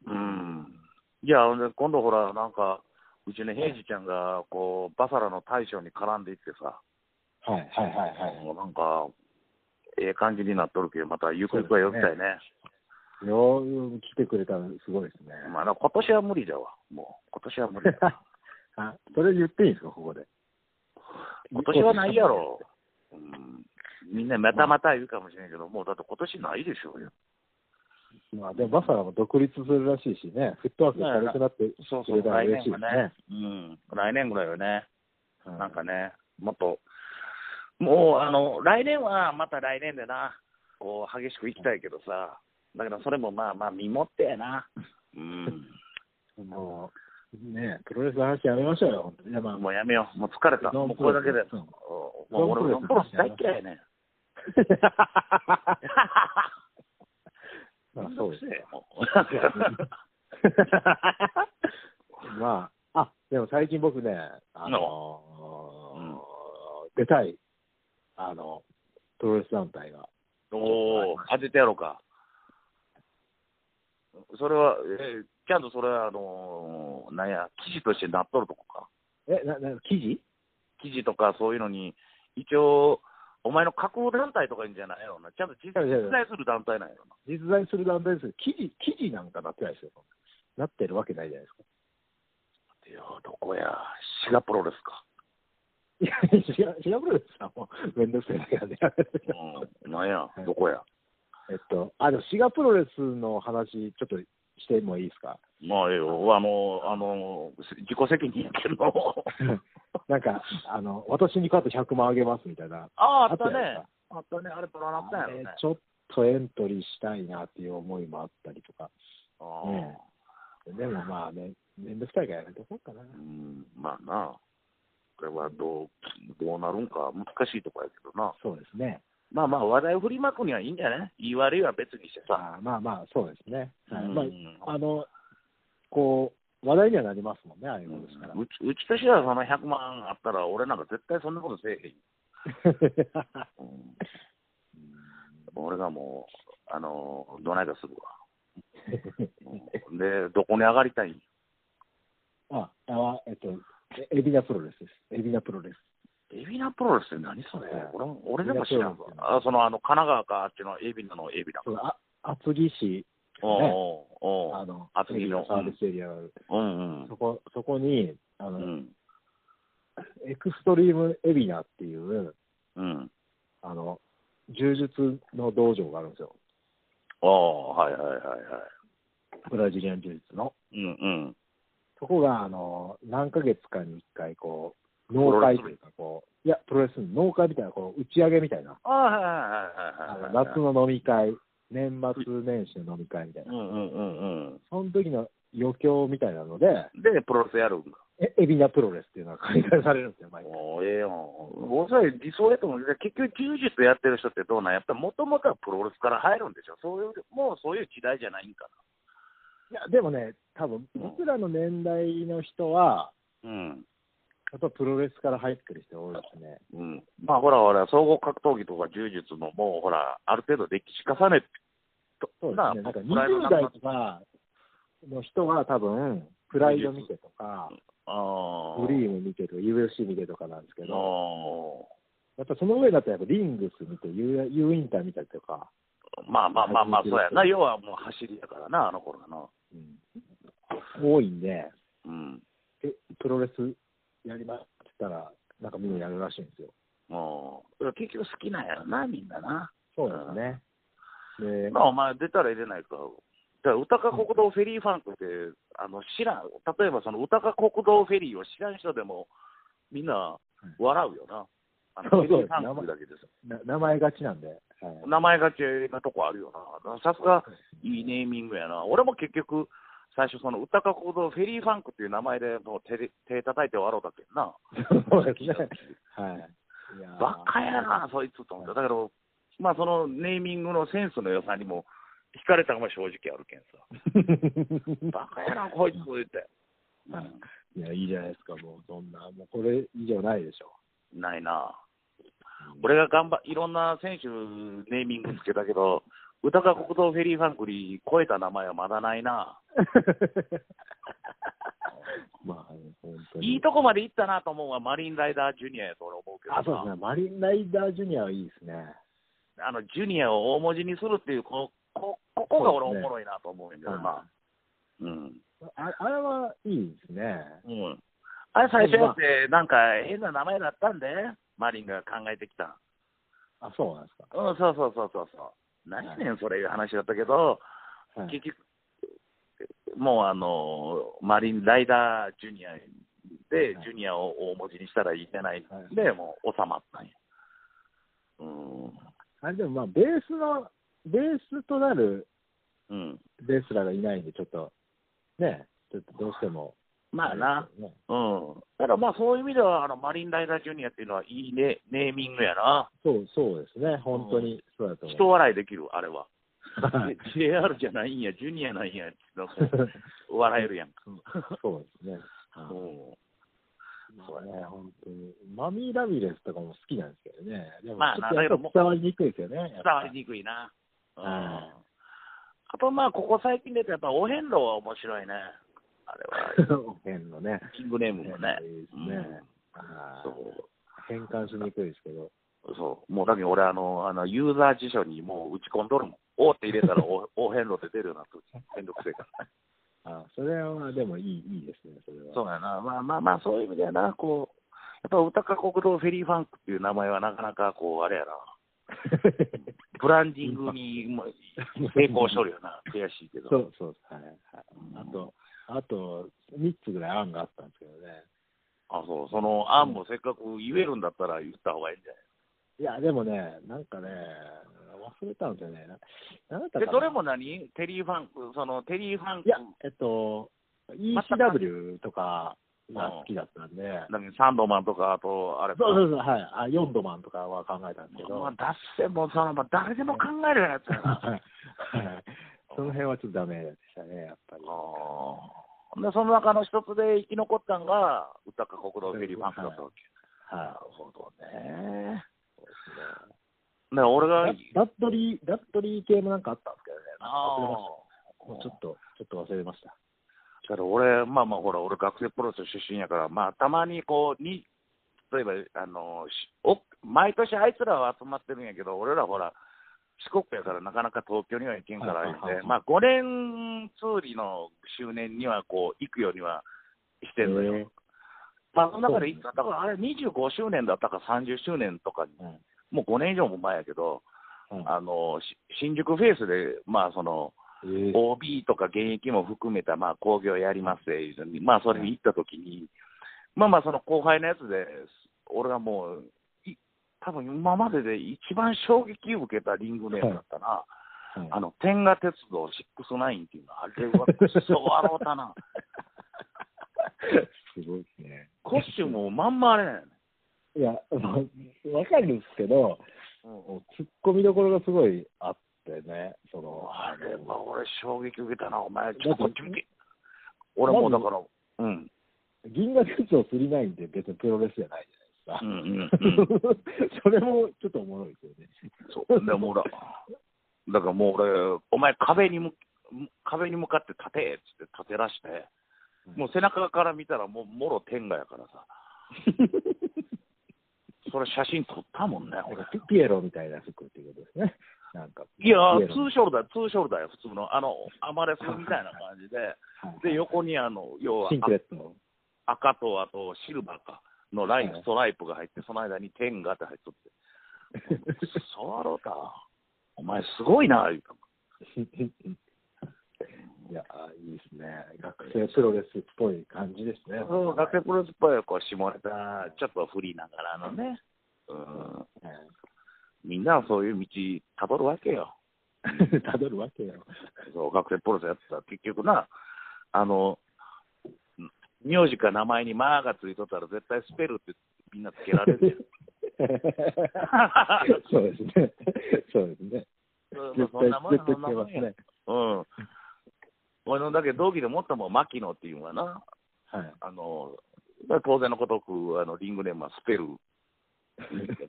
うん。いや、ほんで今度ほら、なんか、うちの平次ちゃんが、こう、バサラの大将に絡んでいってさ、
はいはいはいはい。
もうなんか、ええ感じになっとるけど、またゆくゆくは呼びたいね。
いやー来てくれたらすごいですね。
まあ、なんか今年は無理だわ。もう、今年は 無理だわ。
あ、それ言っていいんですか、ここで。
今年はないやろ。うん。みんなまたまた言うかもしれんけど、もうだって今年ないでしょうよ。
まあ、でもバサラも独立するらしいしね、フットワークが軽くなって
そう
く
そう、
れたら
来
嬉しい
年
で
は
す
ね
ね。。
うん。来年ぐらいはね。
う
なんかね、もっと、もうあの来年はまた来年でな、こう激しく行きたいけどさ、だけど、それもまあまあ、身もってやな。うん。
もう、ねプロレスの話やめましょうよ、本当に。いやまあ、
もうやめよう。もう疲れた。もうこれだけで。
うん
もう俺、
ノ
ノン
ンプ
プ
ロ
ロレ
レス
ス
大
大
嫌
嫌
い
い
や
やね。
まあ、そうです。
も
まあ、あ、でも最近僕ね、あのー出たい、あの、プロレス団体が。
う。 おお、当ててやろうか。それは、えーちゃんとそれは、あのーなんや、記事としてなっとるとこか。
え、な、な、記事
記事とかそういうのに、一応、お前の架空団体とかいいんじゃないのな。ちゃんと実在する団体なんやろな。
実在する団体ですよ記事、記事なんかなってないですよ。なってるわけないじゃないですか。
いや、どこや、シガプロレスか。
いや、違う、違うプロレスさんもうめんどくさいだけなんで。
うん、なんや、どこや。
えっと、あ、でも、シガプロレスの話、ちょっとしてもいいですか
まあ、ええよ、あの、あの、自己責任やけ ど。
なんか、あの、私に勝って100万あげますみたいな。
ああ、あっ
った
た
ね
ね。あったね、あれ、プロなったんやろね。
あれちょっとエントリーしたいなっていう思いもあったりとか。
あ
ねでもまあね、めんどくさいからやめとこうかな。
あうん、まあな。これはどう、どうなるんか、難しいとこやけどな。
そうですね。
まあまあ、話題を振りまくにはいいんじゃない言い悪いは別にしてさ。
あーまあまあ、そうですね。はい
うん
まあ、あの、こう、話題にはなりますもんね、ああいうものですから。
うちうちとしてはその100万あったら、俺なんか絶対そんなことせえへん。うん、俺がもう、あのどないかするわ。うんで、どこに上がりたいん
あ、あは、えっと、えエビナプロレスです。エビナプロレス。
エビナプロレスって何それ
はい
俺も俺でも知らんわ
エビナプロレス。
あそのあの神奈川かあっちのエビナのエビナ。
そうあ厚木市、
おうおうおう
あの、
厚木の
エビナサービスエリアがある、
うん
そこ、そこに、あ
う
の、
ん。
エクストリームエビナっていう、
うん。
あの、柔術の道場があるんですよ。
ああ、はいはいはいは
ブラジリアン柔術の。
い。うんうん。
そこが、あの、何ヶ月かに一回、こう、農会というか、こう、いや、プロレスの農会みたいな、こう、打ち上げみたいな、
ああ、はい
あ
はいはいはい
の
はい。
夏の飲み会、年末年始の飲み会みたいな
う、んうんうんうん。
その時の余興みたいなので、
で、プロレスやるんか。
えエビナプロレスっていうのが開催されるんですよ、毎回。
おーええよ。おそらく理想やと思うけど結局、柔術やってる人ってどうなんやっぱりもともとはプロレスから入るんでしょ。そういう、もうそういう時代じゃないんか
いや、でもね、多分僕らの年代の人は、
な。うん。
やっぱプロレスから入ってる人多いですね。
うん、まあほらほら、総合格闘技とか柔術のもうほら、ある程度歴史重ねて、
そうです
な
ね。なんか
プライドなくな
20代とかの人は多分、プライド見てとか、
あ
ドリーム見てとか、UFC 見てとかなんですけ
あ
ど、やっぱその上になったらやっぱリングス見て、U, U インター見たりとか、
ーまあまあまあまあ、そうやな、要はもう走りやからな、あの頃がな。
うん多いんで、
うん。
え、プロレスやりますって言ったら、なんかみんなやるらしいんですよ。
もう結局好きなんやろな、みんなな。
そうですね。で、
まあお前出たら入れないか。だから歌か国道フェリーファンクって、あの知らん、例えばその歌か国道フェリーを知らん人でも、みんな笑うよな。あの
そ
フ
う
ェ
そう
リーファンクだけです。
な名前がちなんで、はい、
名前がちなとこあるよな。さすが、いいネーミングやな。俺も結局、最初、その歌か行動フェリーファンクっていう名前でもう手で手叩いて笑うだけどな。
そうですね。はい。いや ー
バカやな、そいつと思った。だけど、まあ、そのネーミングのセンスの良さにも惹かれたのが正直あるけんさ。 バカやな、こいつ言って。う
いや、いいじゃないですか、もう、そんな、もうこれ以上ないでし ょ。
ん、ないな。俺が頑張いろんな選手、ネーミングつけたけど、歌か国道フェリーファンクに超えた名前はまだないな。
まあ、本当に。
いいとこまで行ったなと思うのはマリンライダージュニアやと俺思うけどな
あ、そうですね、マリンライダージュニアはいいですね。
あのジュニアを大文字にするっていうここここが俺
そ
お
うですね
もろいなと思うんやけどな、うん
ああれはいいですね。
うん、あれ最初やってなんか変な名前だったんでマリンが考えてきた
あ、そうなんですか。
うんそうそうそうそうそう何やねんそれいう話だったけど、
はい
結局もうあのマリンライダージュニアで、
はい
ジュニアを大文字にしたらいいじゃない
はい
で、もう収まったんやうん
あれでもまあ、ベースの、ベースとなる
うん。
レスラーがいないんで、ちょっと、ね、ちょっとどうしても。
まあな。
れですよね。
うん。ただまあそういう意味では、あの、マリンライダージュニアっていうのはいいね、ネーミングやな。
そう、そうですね。本当に、そうだと思う。
人笑いできる、あれは。
はい
JR じゃないんや、ジュニアなんや、ってなんか 笑えるやんか。
そうですね。
うん
そうね、本当に。マミー・ラビレスとかも好きなんですけどね。でも
まあ、
ちょっと
だ
や
けど
っぱ
も
伝わりにくいですよね。やっ
伝
ぱ
わりにくいな。うん。
はい
あとまあ、ここ最近出たやっぱ、お遍路は面白いね。あれ は、
変のね。
キングネームもね。
いいです
うん
ね。はい
そう。
変換しにくいですけど。
そう。もうだけど俺、あの、あの、ユーザー辞書にもう打ち込んどるもん。おって入れたら お、お遍路って出るようになってるめんどくせえから。
あそれは、でもいい、いいですね、それ は。
そうやな。まあまあまあ、そういう意味ではな、こう、やっぱ歌か国道フェリーファンクっていう名前はなかなか、こう、あれやな、ブランディングにも 成功しとるよな。悔しいけど。
そうそう、はい、はい。あと、あと、3つぐらい案があったんですけどね。
あ、そう。その案もせっかく言えるんだったら言った方がいいんじゃない
いや、でもね、なんかね、忘れたんですよね。ななんだったか
で、
な
どれも何テリーファンク、その、テリーファン
い
ク
や、えっと、ECW とかが好きだったんで、
何、サンドマンとか、あと、あれか
そうそうそう、はい、あ4度マンとかは考えたんですけど、
ま
は
あ、
い
脱線も、その、まあ、誰でも考えるやつや な。
はいその辺はちょっとダメでしたね、やっぱり。
あーでその中の一つで生き残ったんが、歌か国道フェリーファンクだったわけ。
はい
ほどね。
そうですね
ね、俺が、
ララッドリー、ラッドリー系もなんかあったんですけどね、な
あ
んか忘れまし
ー
た。もうちょっと、ちょっと忘れました。
だから俺、まあまあ、ほら、俺、学生プロレス出身やから、まあ、たまにこう、に、例えば、あの、しお毎年あいつらは集まってるんやけど、俺らほら、四国やからなかなか東京には行けんから言うて、
はいはいはい
まあ、5年通りの周年には、こう、行くようにはしてるのよ。
へー
まあ、その中で
そう
一回、だからあれ25周年だったか30周年とかに、
うん
もう5年以上も前やけど、
うん
あの、し新宿フェイスで、まあ、その、
えー
OB とか現役も含めた、まあ、工業やりますっていうのに、まあ、それに行ったときに、まあまあ、その後輩のやつで、俺はもう、い多分今までで一番衝撃を受けたリングネームだったな、
はい
あの、天下鉄道69っていうの、あれはクソ笑うた な。
すごいですね。
コスチュームもまんまあれなんやね。
いや、まあわかるんですけど、
うん
突っ込みどころがすごいあってね、その、
あれは俺衝撃受けたな、お前、
だっ
ち
て
ょっとこっち向け。俺もうだから、うん。
銀河鉄道ないんで別にプロレスじゃないじゃ
う
ない
んうん
です
うん
か。 それもちょっとおもろいですよね。
そう。でもうだ、だからもう俺、お前壁にむ、壁に向かって立てっつって立てらして、もう背中から見たらもうもろ天下やから さ。それ写真撮ったもんね、
なん
俺
か。ピピエロみたいな服っていうことですね。なんか。
いや
ピエ
ー、ツ
ロ
ーショルダー、ツーショルダーよ、普通の。あの、アマレスみたいな感じ で。
はい
で、横にあの、要は
シンクレットの。
あ赤とあとシルバーかのライン
はい
ストライプが入って、その間に天下って入っと って。そうろうた。お前すごいな、言うたもん
いや、いいですね。学生プロレスっぽい感じですね。
うん、学生プロレスっぽいこう下ネタ、ちょっと振りながらのね、うん、みんなはそういう道たどるわけよ。
はい たどるわけよ。
そう学生プロレスやってたら結局な、あの、名字か名前にマーがついとったら絶対スペルってみんなつけられ るやん
そうですね。そうですね。
そう
絶
そん
対
なもんや
絶
そ
対
ん
つ
なも
けま
ん
す
や
ね。
うん。俺のだけ同期でもっとも牧野っていうのはな、
はい。
あの、当然のごとく、あの、リングネームはスペル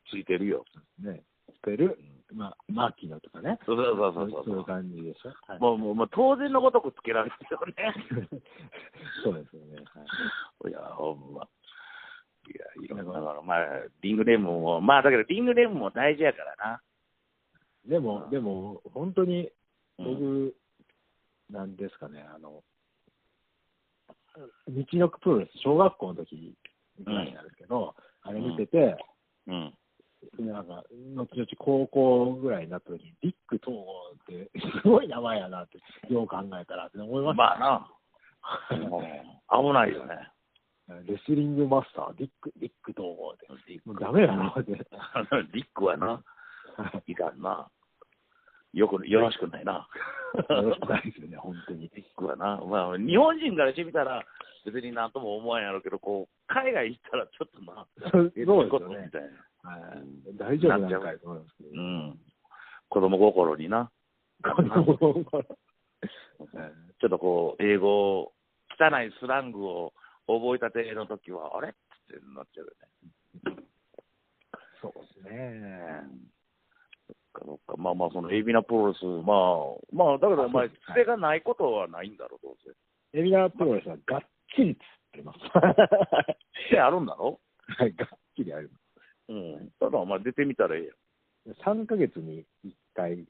ついてるよ。
ね、スペル、まあ、マーキーのとかね。
そうそうそうそう
そういう
そう。
感じでしょ。はい
もうもうもう当然のごとくつけられてるよね。
そうですよね。
いや、ほんま。いや、いろんな、だからまあ、リングネームも、まあだけど、リングネームも大事やからな。
はい、でも、でも、本当に
うん
僕、なんですかね、あの、道のくプロレス、小学校の時ぐらいなんですけど、あれ見てて、
うん。
なんか、後々高校ぐらいになった時に、ビッグ統合って、すごい名前やなって、よう考えたらって思いました。
まあな。 うん危ないよね。
レスリングマスター、ビッグ、ビッグ統合って。 もうダメやなって。
リックはな、いかんな。よく、よろしくないな。
よろしくないですよね、本当に。
ビッグはな。まあ、日本人からしてみたら、別になんとも思わんやろうけど、こう、海外行ったらちょっとな、
そうです
え
よ
ど
ね
いことみたいな。
はい大丈夫なんかいと思いますけど
う。ん。子供心にな。
この頃からはい
ちょっとこう、英語、汚いスラングを覚えたての時は、あれってなっちゃうよね。
そうですね。
かどうかまあまあ、そのエビナプロレス、まあ、まあ、だけど、お前、
あ
つ
そうですはい
てがないことはないんだろう、どうせ。
エビナプロレスはがっちりつってます。
癖あるんだろ
はい、がっちりあり
う
ま
ん。ただ、お前、出てみたらええやん。
す。3ヶ月に1回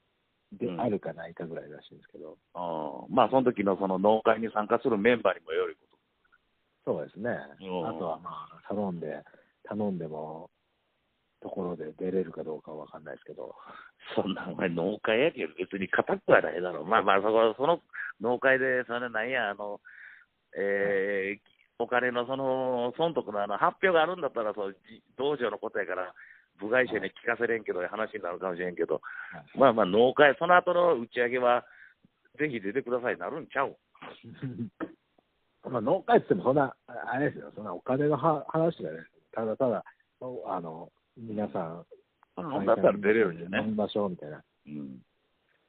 で
うん
あるかないかぐらいらしいんですけど、
あまあ、その時のその農会に参加するメンバーにもよるこ
そうですね。あ
うん
とはまあ、頼んで、頼んでも、ところで出れるかどうかはわかんないですけど、
と。そんな、お前、農会やけど、別に固くはないだろう。まあまあ、そこ、その農会で、それなんや、あの、えー、お金のその、損得のあの、発表があるんだったら、そう、じ道場のことやから、部外者に聞かせれんけど、話になるかもしれんけど、まあまあ、農会、その後の打ち上げは、ぜひ出てください、なるんちゃう
まあ、農家って言ってもそんな、ああれですよ、そんなお金のは話じゃないです。ただただ、おあの、皆さん、
飲んだったら出れるんじゃ
飲
ね。
みましょうみたいな。
うん。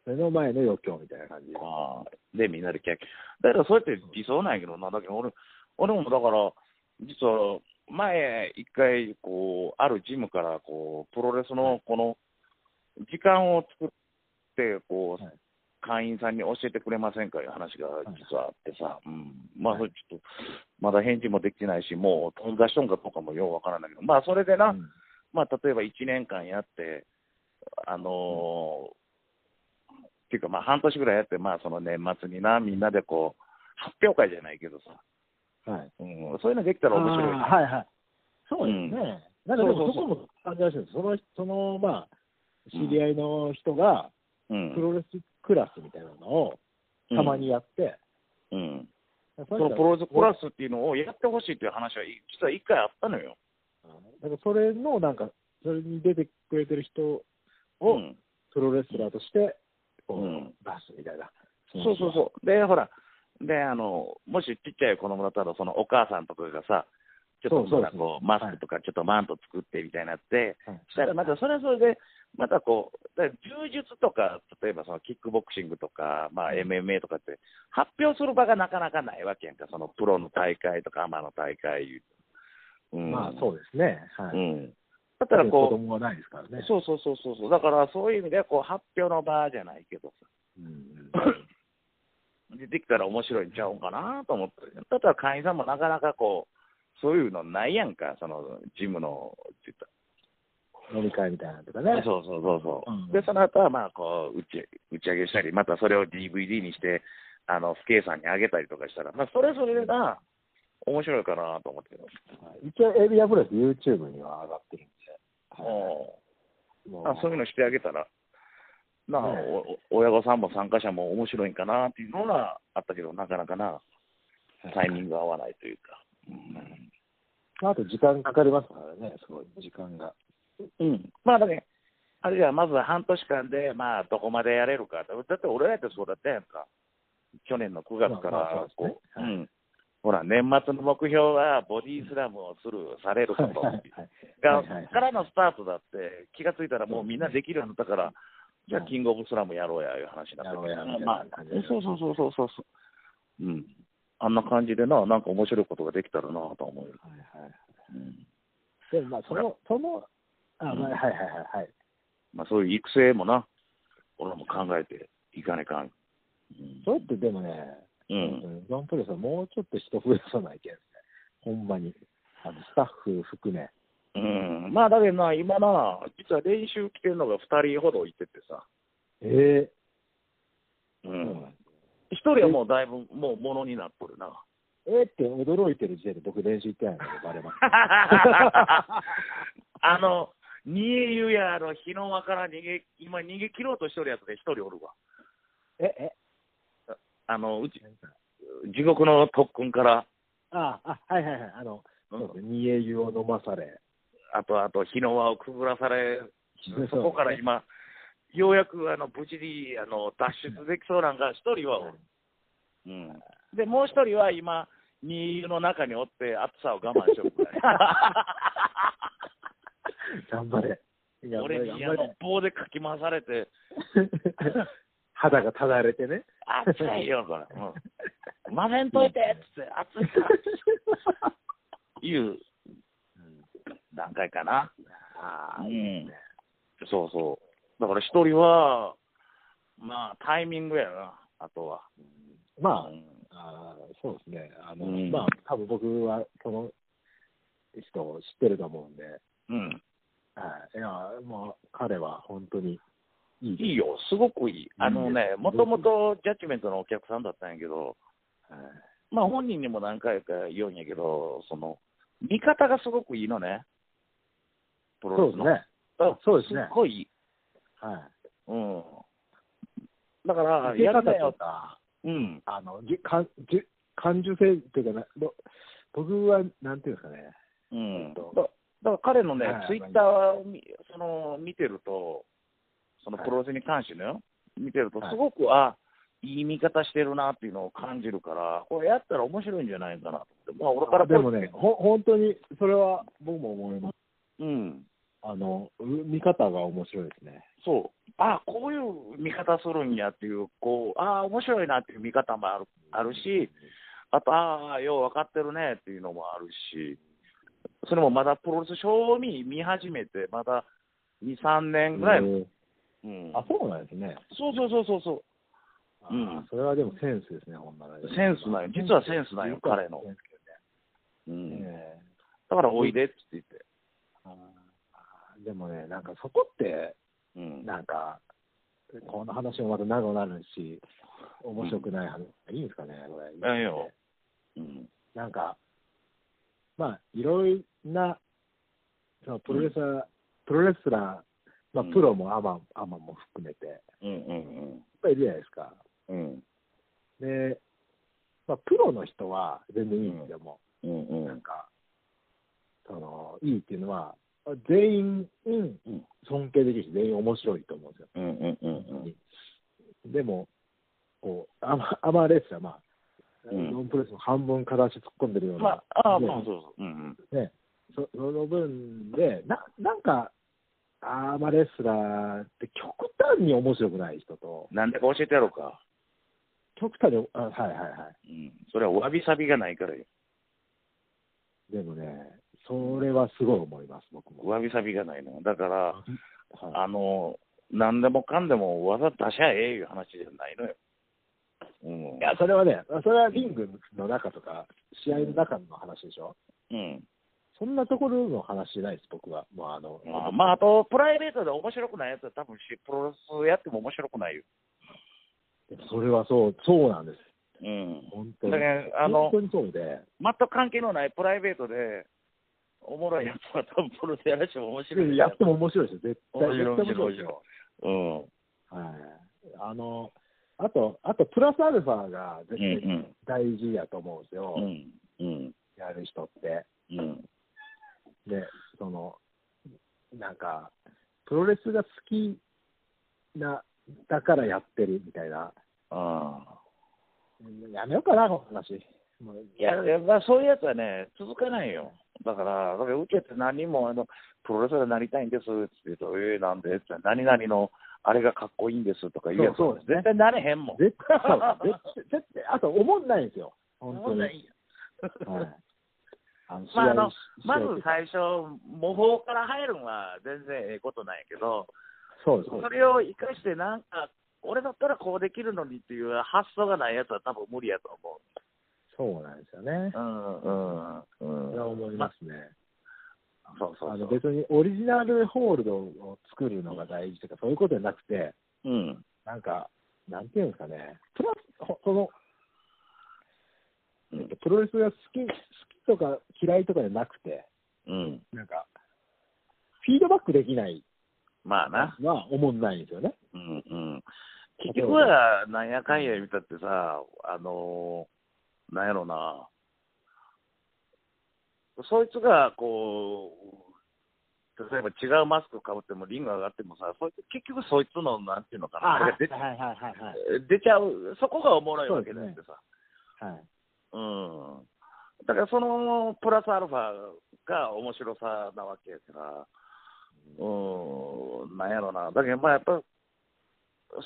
目の前の余興みたいな感じで。
ああ。で、みんなでキャッキャ。だからそうやって理想なんやけどな、だけど俺、俺もだから、実は、前、一回、こう、あるジムから、こう、プロレスの、この、時間を作って、こう、
はい
会員さんに教えてくれませんかいう話が
い
実はあってさ、うん、まあ、そ
は
れちょっと、まだ返事もできてないし、もう、飛んだしとんかどうかもようわからないけど、まあ、それでな、
うん
まあ、例えば1年間やって、あのーっていうか、まあ、半年ぐらいやって、まあ、その年末にな、みんなでこう、発表会じゃないけどさ、
はい。
うん、そういうのできたら面白い
あ
な。
ーはいはい。そうですね。なんかで
そう
も、
そう
そ
そう
こも感じらしいです。その、その、まあ、知り合いの人が、
う
プ
ん
ロレスクラスみたいなのを、たまにやって、
うんうんそ
そ
のプロレスクラスっていうのをやってほしいっていう話は、実は一回あったのよ。
だからそれの、なんか、それに出てくれてる人
う
を、
ん
プロレスラーとして、こう
うん
出すみたいな。
そうそうそう。で、ほら、で、あの、もしちっちゃい子供だったら、そのお母さんとかがさ、ちょっと
そうそう
ほら
そう
こうマスクとかちょっとマント作ってみたいになって、
う。はい
したらまたそれはそれで、またこう、だから柔術とか、例えばそのキックボクシングとか、まあ、MMA とかって、発表する場がなかなかないわけやんか、そのプロの大会とか、アマの大会いう、うん
まあ、そうですね。はい。
うん、だったら
子
こ
供はないですから
う、
ね。
そうそうそうそうそう、だからそういう意味ではこう発表の場じゃないけど
うんうん
さ、でできたら面白いんちゃうんかなと思って、だったら会員さんもなかなかこう、そういうのないやんか、そのジムの、って言ったら
飲み会みたいなのとかね。
そうそうそうそう、
うん
で、その後はまあこう打ち、打ち上げしたり、またそれを DVD にして、あの、スケさんにあげたりとかしたら、まあ、それぞれでな、面白いかなと思ってる。
はい一応、エビアブレス YouTube には上がってるんで。はいうも
んあそういうのしてあげたら、なあ、
ね
おお親御さんも参加者も面白いんかなっていうのはあったけど、なかなかな、タイミングが合わないというか。
まああと時間かかりますからね、すごい、時間が。
うん、まあだけあれじゃまずは半年間で、まあ、どこまでやれるか、だって俺らってそうだったやんか、去年の9月か
まあまあそ
ら
うで、す
こ
ね
ううんほら、年末の目標は、ボディスラムをする、されること
はいはいはい
が
はいはい
からのスタートだって、気がついたらもうみんなできるようになったから、じゃあ、キングオブスラムやろうや、いう話になったけど
やろうや
まあ
みたいな感じで
そうそうそうそうそうそう、うん、あんな感じでな、なんか面白いことができたらなと思うよ。
はいはい
うん
でもまあ、その、その、あ、まあ、
うん
はいはいはいはい。
まあ、そういう育成もな、俺も考えていかねかん。うん
それってでもね、
う、
うんん、ドンプレスはもうちょっと人増やさないけんですね。ほんまに。あのスタッフ含め。
うん、まあだけどな、今な、実は練習来てるのが2人ほどいててさ、
え
う
え
ん、1人はもうだいぶもうものになっと るな。
ええって驚いてる時点で僕練習行ってないのでバ レます。
あの、逃げ湯やあの日の輪から逃げ、今逃げ切ろうとしとるやつで1人おるわ。
え、え、
あの、うち、地獄の特訓から、
ああ、はいはいはい。あの、
う
そ
ん
うですね。煮え湯を飲まされ。
あとあと日の輪をくぐらされ、そこから今、ようやくあの無事にあの脱出できそうなんが一人はおる、うん、でもう一人は今、二遊の中におって、暑さを我慢しよう ぐらい
頑張れ。頑張
俺
れ、
にあ
頑張
の棒でかき回され て、
れ。 肌がただれてね。
暑いよ、これ、 うん、混ぜんといてっつって、暑いからっていう段階かな。
ああ、
うん
いいですね。
そうそう。だから一人は、まあ、タイミングやな、あとは。
ま
うん
あ、あーそうですね。あの、
うん
まあ、多分僕はその人を知ってると思うんで、
うん。
はい。いや、もう彼は本当にいいで
いいよ、すごくいい。あのね、もともとジャッジメントのお客さんだったんやけど、
す。はい
まあ本人にも何回か言うんやけど、その、見方がすごくいいのね。プロ
そう
レ
で
ス
す
の。
ね。
うん
そうですね
っごいいい。
は
うん。だから、
い。受け
や
方
るな
と
よ。
か、
うん。
あの、じ感じ感受性っていうかな、ど僕は、なんていうんですかね。
うん。
ち
だ
ょっ
だから彼のね
はい、
ツイッターを見その見てると、その
はい
プロレスに関してのよ、見てると
は、い
すごく、あいい見方してるなっていうのを感じるから、これやったら面白いんじゃないかなと思って、まあ、俺から
でもね、ほ本当に、それは僕も思います。
うん、
あの、う見方が面白いですね。
そう、あこういう見方するんやっていう、こうあ面白いなっていう見方もあるあるし、あと、ああ、よう分かってるねっていうのもあるし、それもまだプロレス、賞味見始めて、まだ2、3年ぐらいの、
うん
うん
あ、そうなんですね。
そうそうそうそうそうん
あーそれはでもセンスですね、ほんなら
う、。センスなんよ、実はセンスなんよ、彼の
セ。
う
ンスです
ん、
ね
だ
え
から、おいでって言って。
えあーでもね、なんかそこって、
うん、
なんか、この話もまた長くなるし、面白くない話、いいんですかね、これ。
いやいいようん、
なんか、まあ、いろいろな、そのプロレスラー、プロレスラー、まあ、
うん
プロもアマ,、アマも含めて、いっ
うん、うん、
ぱいいるじゃないですか。
うん、うん、
で、まあ、プロの人は全然いいんですよ、も
うん、う
う、
ん
なんか、その、いいっていうのは、全員、うん
うん、
尊敬できるし、全員面白いと思うんですよ、
うん、うん、うん、
本当に。でも、こう、アマアマレスラー、まあ、
うん
ノンプロレスの半分片足突っ込んでるような。
まあ、ああ、
で
まあ、そうそう、うん、
ね、そその分で、ななんか、アーマレスラーって極端に面白くない人と
う、ん、なんでか教えてやろうか。
極端に、あはいはいは
うん、それはわびさびがないからよ。
い、でもね、それはすごい思います、僕も。
わびさびがないの。だから、
はい、
あの、なんでもかんでもわざ出しゃええいう話じゃないのよ。うん。
いや、それはね、それはリングの中とか、試合の中の話でしょ、
うん。
そんなところの話じゃないです、僕は。もうあの
まあ、まあ、あと、プライベートで面白くないやつは多分し、プロレスやっても面白くないよ。
それはそう、そうなんです、
うん。
本当
だ
に
か。ら、あ
本
の、
当にそうで、
全く関係のないプライベートで、おもろいやつは多分プロレスやらしても面白い
やっても面白いですよ、絶対。
面白い
絶対
面白い。うん。
はい、あのあと、あとプラスアルファが絶
う
対
ん
大事やと思うんですよ、
うん。うん。
やる人って。
うん。
で、そのなんか、プロレスが好きなだからやってるみたいな、
ああ。
うんやめようかな、この話。もう
いや、やっぱそういうやつはね、続かないよ。だから、だから受けて何もあの、プロレスラーになりたいんですって言うと、えー、なんでって言ったら何々のあれがかっこいいんですとか言うやつ
そうそうですね
絶対なれへんもん。
絶 対そう絶対、絶対あと、思んないんですよ、本当に。
ないよ
はいあの
まああの
試合
まず
試合
最初、模倣から入るのは全然ええことなんやけど、
そうです、そうで
それを生かして、なんか、俺だったらこうできるのにっていう発想がないやつは多分無理やと思う。
すそうなんですよね。
うんうん
それは思いますね。
そうそう
あ
そ
の
う。
別にオリジナルホールドを作るのが大事とか、そういうことじゃなくて、
うん。
なんか、なんていうんですかね、プラス、ほその、
う
えっ
ん
と、プロレスが好き、好きとか嫌いとかじゃなくて、
うん。
なんか、フィードバックできない
まあな。
のは思んないんですよね。
うんうん結局は、なんやかんや見たってさ、あのー、なんやろな、そいつがこ例えば違うマスクかぶってもリング上がってもさ、そいつ結局そいつの、なんていうのか
あ
な、
はい
出
はいはいはいはい。
出ちゃう、そこがおもろいわけだってさ。
はい。
うんだからそのプラスアルファが面白さなわけやから、うん、なんやろな、だけどまあやっぱ、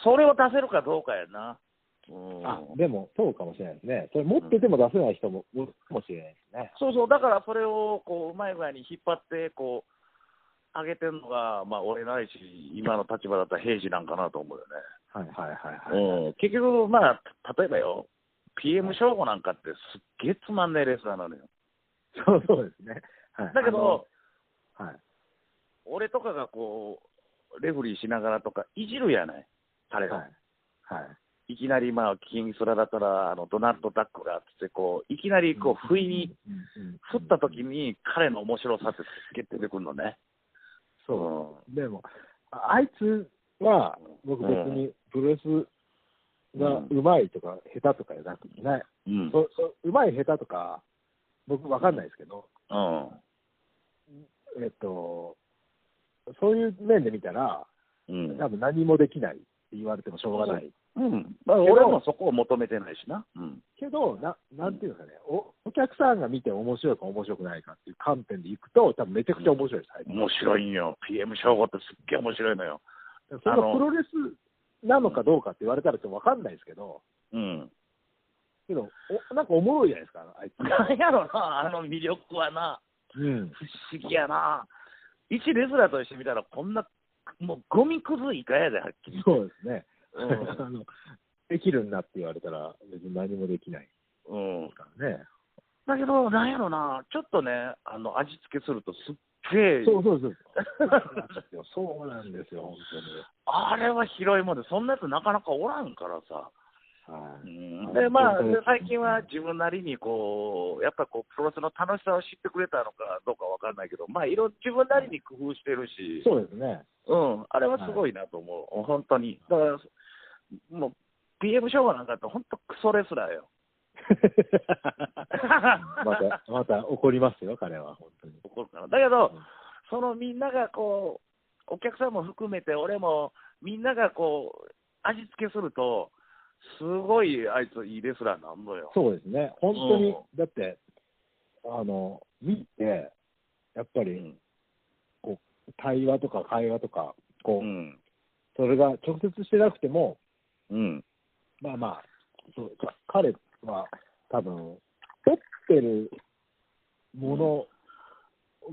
それを出せるかどうかやな。うん、
あ、でも、そうかもしれないですね。それ持ってても出せない人も、いるかもしれないですね。
そうそう、だからそれをこううまい具合に引っ張って、こう、上げてるのが、まあ、俺ないし、今の立場だったら平時なんかなと思うよね。
はいはいはいはい。
うん、結局、まあ、例えばよ、PM 省吾なんかってすっげえつまんねえレースなのよ。
そうそうですね。はい、
だけど、
あの、はい。
俺とかがこう、レフェリーしながらとか、いじるやない、彼が。
はい。はい。
い、きなり、まあ、キングスラだったら、あのドナルド・ダックがっつってこう、いきなりこう、不意に、
うんうんうん
振った時に、彼の面白さってすっげえ出てくるのね。
そう、でも、ああいつは、僕、別にプロレスがうまいとか、下手とかじゃなくてね、
うん。
そそうまい、下手とか、僕、わかんないですけど、
うん。
えっと、そういう面で見たら、
うん。
多分何もできないって言われてもしょうがない
うん。まあ、俺もそこを求めてないしな。うん。
けど、ななんていうんですかね、お、お客さんが見て面白いか面白くないかっていう観点でいくと、多分めちゃくちゃ面白いです、あいつ
面白いんよ。PM 省吾ってすっげえ面白いのよ。
それ
あ
が
の
プロレスなのかどうかって言われたら、ちょっとわかんないですけど。
うん。
けど、おなんかおもろいじゃないですか、あい
なんやろな、あの魅力はな。
つ。うん。
不思議やな、一レスラーとしてみたら、こんな、もうゴミくずいかやで、はっきり。
そうですね。
う
あのできるんだって言われたら、別に何もできない
んうん、
からね。
だけど、なんやろな、ちょっとね、あの味付けするとすっげえ、
そうそうそう。そうなんですよ、 そうなんですよ本
あれは広いもんで、そんなやつなかなかおらんからさ。
当に。は
う
い。
んで、まあ、
うん
で最近は自分なりにこう、やっぱこう、プロレスの楽しさを知ってくれたのかどうかわかんないけど、まあ、いろ、自分なりに工夫してるし。
そうです ね。
うん、あれはすごいなと思う、本当に。だから、もう、PM 昭和なんかって、本当、クソレスラーよ。
また、また怒りますよ、彼は、本当に。
怒るからだけど、そのみんながこう、お客さんも含めて、俺も、みんながこう、味付けすると、すごいあいつ、いいレスラーなんのよ。
そうですね、本当に、
うん
だって、あの、見て、やっぱ
う
り
ん、
対話とか会話とか、こ
う
う、
ん、
それが直接してなくても、
うん、
まあまあ、そうか彼は多分、取ってるもの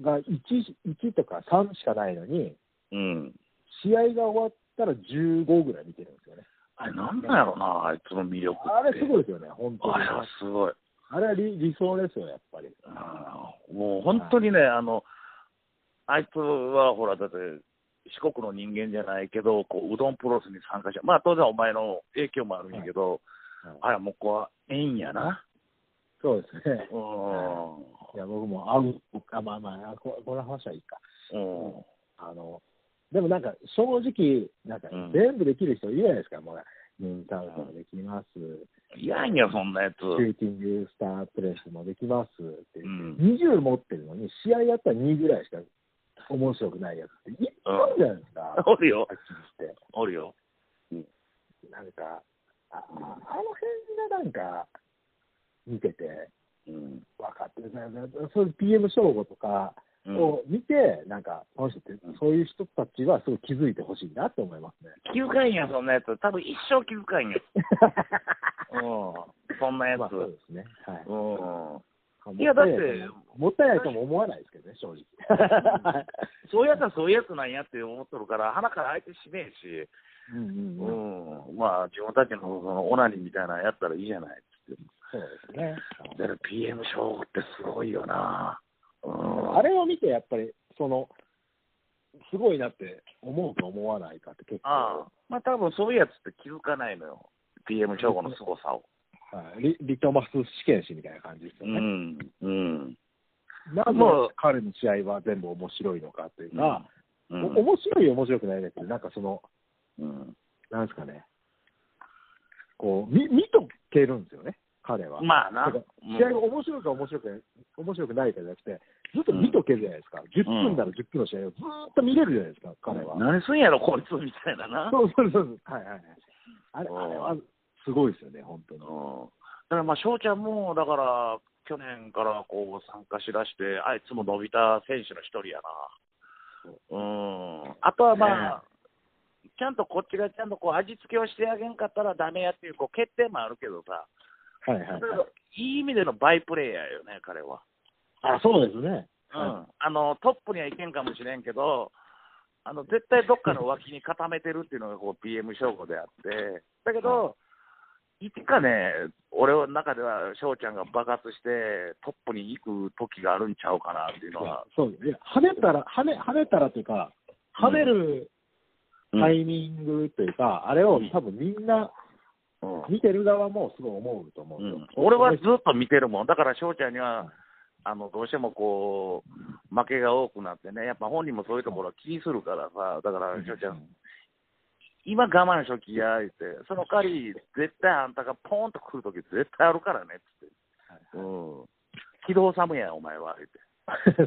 が 1,、1とか3しかないのに、
うん。
試合が終わったら15ぐらい見てるんですよね。
あれ、なんなんやろな、あいつの魅力って。
あれすごいですよね、本当に
あ。れはすごい。
あれは理理想ですよ、やっぱり。
うんもう本当にね、あの、あいつはほら、だって四国の人間じゃないけど、こううどんプロレスに参加して、まあ当然お前の影響もあるんやけど、
はい
あれはもうこは縁やな。
そうですね。
うん。
いや、僕も会う、あまあまあ、ここの話はいいか。
うん。
あの、でもなんか、正直、なんか
うん、
全部できる人いるじゃないですか、もう、ムーンタウンもできます、
いやんや、そんなやつ。
シューティングスタープレスもできますって、
うん。
20持ってるのに、試合やったら2ぐらいしか面白くないやつって、いっぱいあるじゃないですか、はっ
おるよ、
きり言っ
おるよ。
て。なんか、ああの辺がなんか、見てて、
うん。
分かってるな、そういう PM 称号とか
うん
を見て、なんか、この人って
うん、
そういう人たちはすごい気づいてほしいなって思いますね。
気遣いんや、そんなやつ。多分一生気遣いんや。うん。そんなやつ。。
まあ、そうですね。はい
ん。
うも
いやだって
もったいないとも思わないですけどね、正直。
そういうやつはそういうやつなんやって思っとるから、鼻から開いてしねえし、
うんうんうん
うん、まあ、自分たちのそのオナニーみたいなのやったらいいじゃないっつって。
そうですね。
だから PM 勝負ってすごいよな。うん、
あれを見て、やっぱり、その、すごいなって思うか思わないかって結構、
ああ
は
まあ、多分そういうやつって気づかないのよ。PM 勝負の凄さを。
い、リリトマス試験紙みたいな感じです
う
よね。
ん。うん。
なぜ
もう
彼の試合は全部面白いのかっていうか、
う
お
ん。
面白い、面白くないだけど、なんかその、
うん
なんですかね、こう、見見とけるんですよね、彼は。
まあな。
だから試合が面白いか面白くない面白くないかじゃなくて、ずっと見とけるじゃないですか、10
うん
分なら10分の試合をずーっと見れるじゃないですか、彼は。
何すんやろ、こいつみたいなな。
そうそうそうそう、はいはいはい、あれ
うん
あれはすごいですよね、本当に。
うんだからまあ翔ちゃんも、だから去年からこう参加しだして、あいつも伸びた選手の一人やな。うん、あとはまあ、ちゃんとこっちがちゃんとこう味付けをしてあげんかったらダメやっていうこう欠点もあるけどさ、
はいはいはい、
いい意味でのバイプレーヤーよね、彼は。
あそうですね、
う
は
ん、あのトップにはいけんかもしれんけど、あの絶対どっかの脇に固めてるっていうのがこう PM 証拠であって、だけど、いつかね、俺の中では翔ちゃんが爆発して、トップに行く時があるんちゃうかなっていうのは、
そうですいや跳ねたら跳ね、跳ねたらというか、跳ねる
うん
タイミングというか、あれを多分みんな、
うん
見てる側もすごい思うと思う
うん
です
ん
よ、
俺はずっと見てるもん、だから翔ちゃんには、あのどうしてもこう負けが多くなってね、やっぱ本人もそういうところは気にするからさ、だから翔ちゃん、今我慢しときや言って、その代わり、絶対あんたがポーンと来るとき、絶対あるからねってって、うん、軌道寒いやん、お前は言っ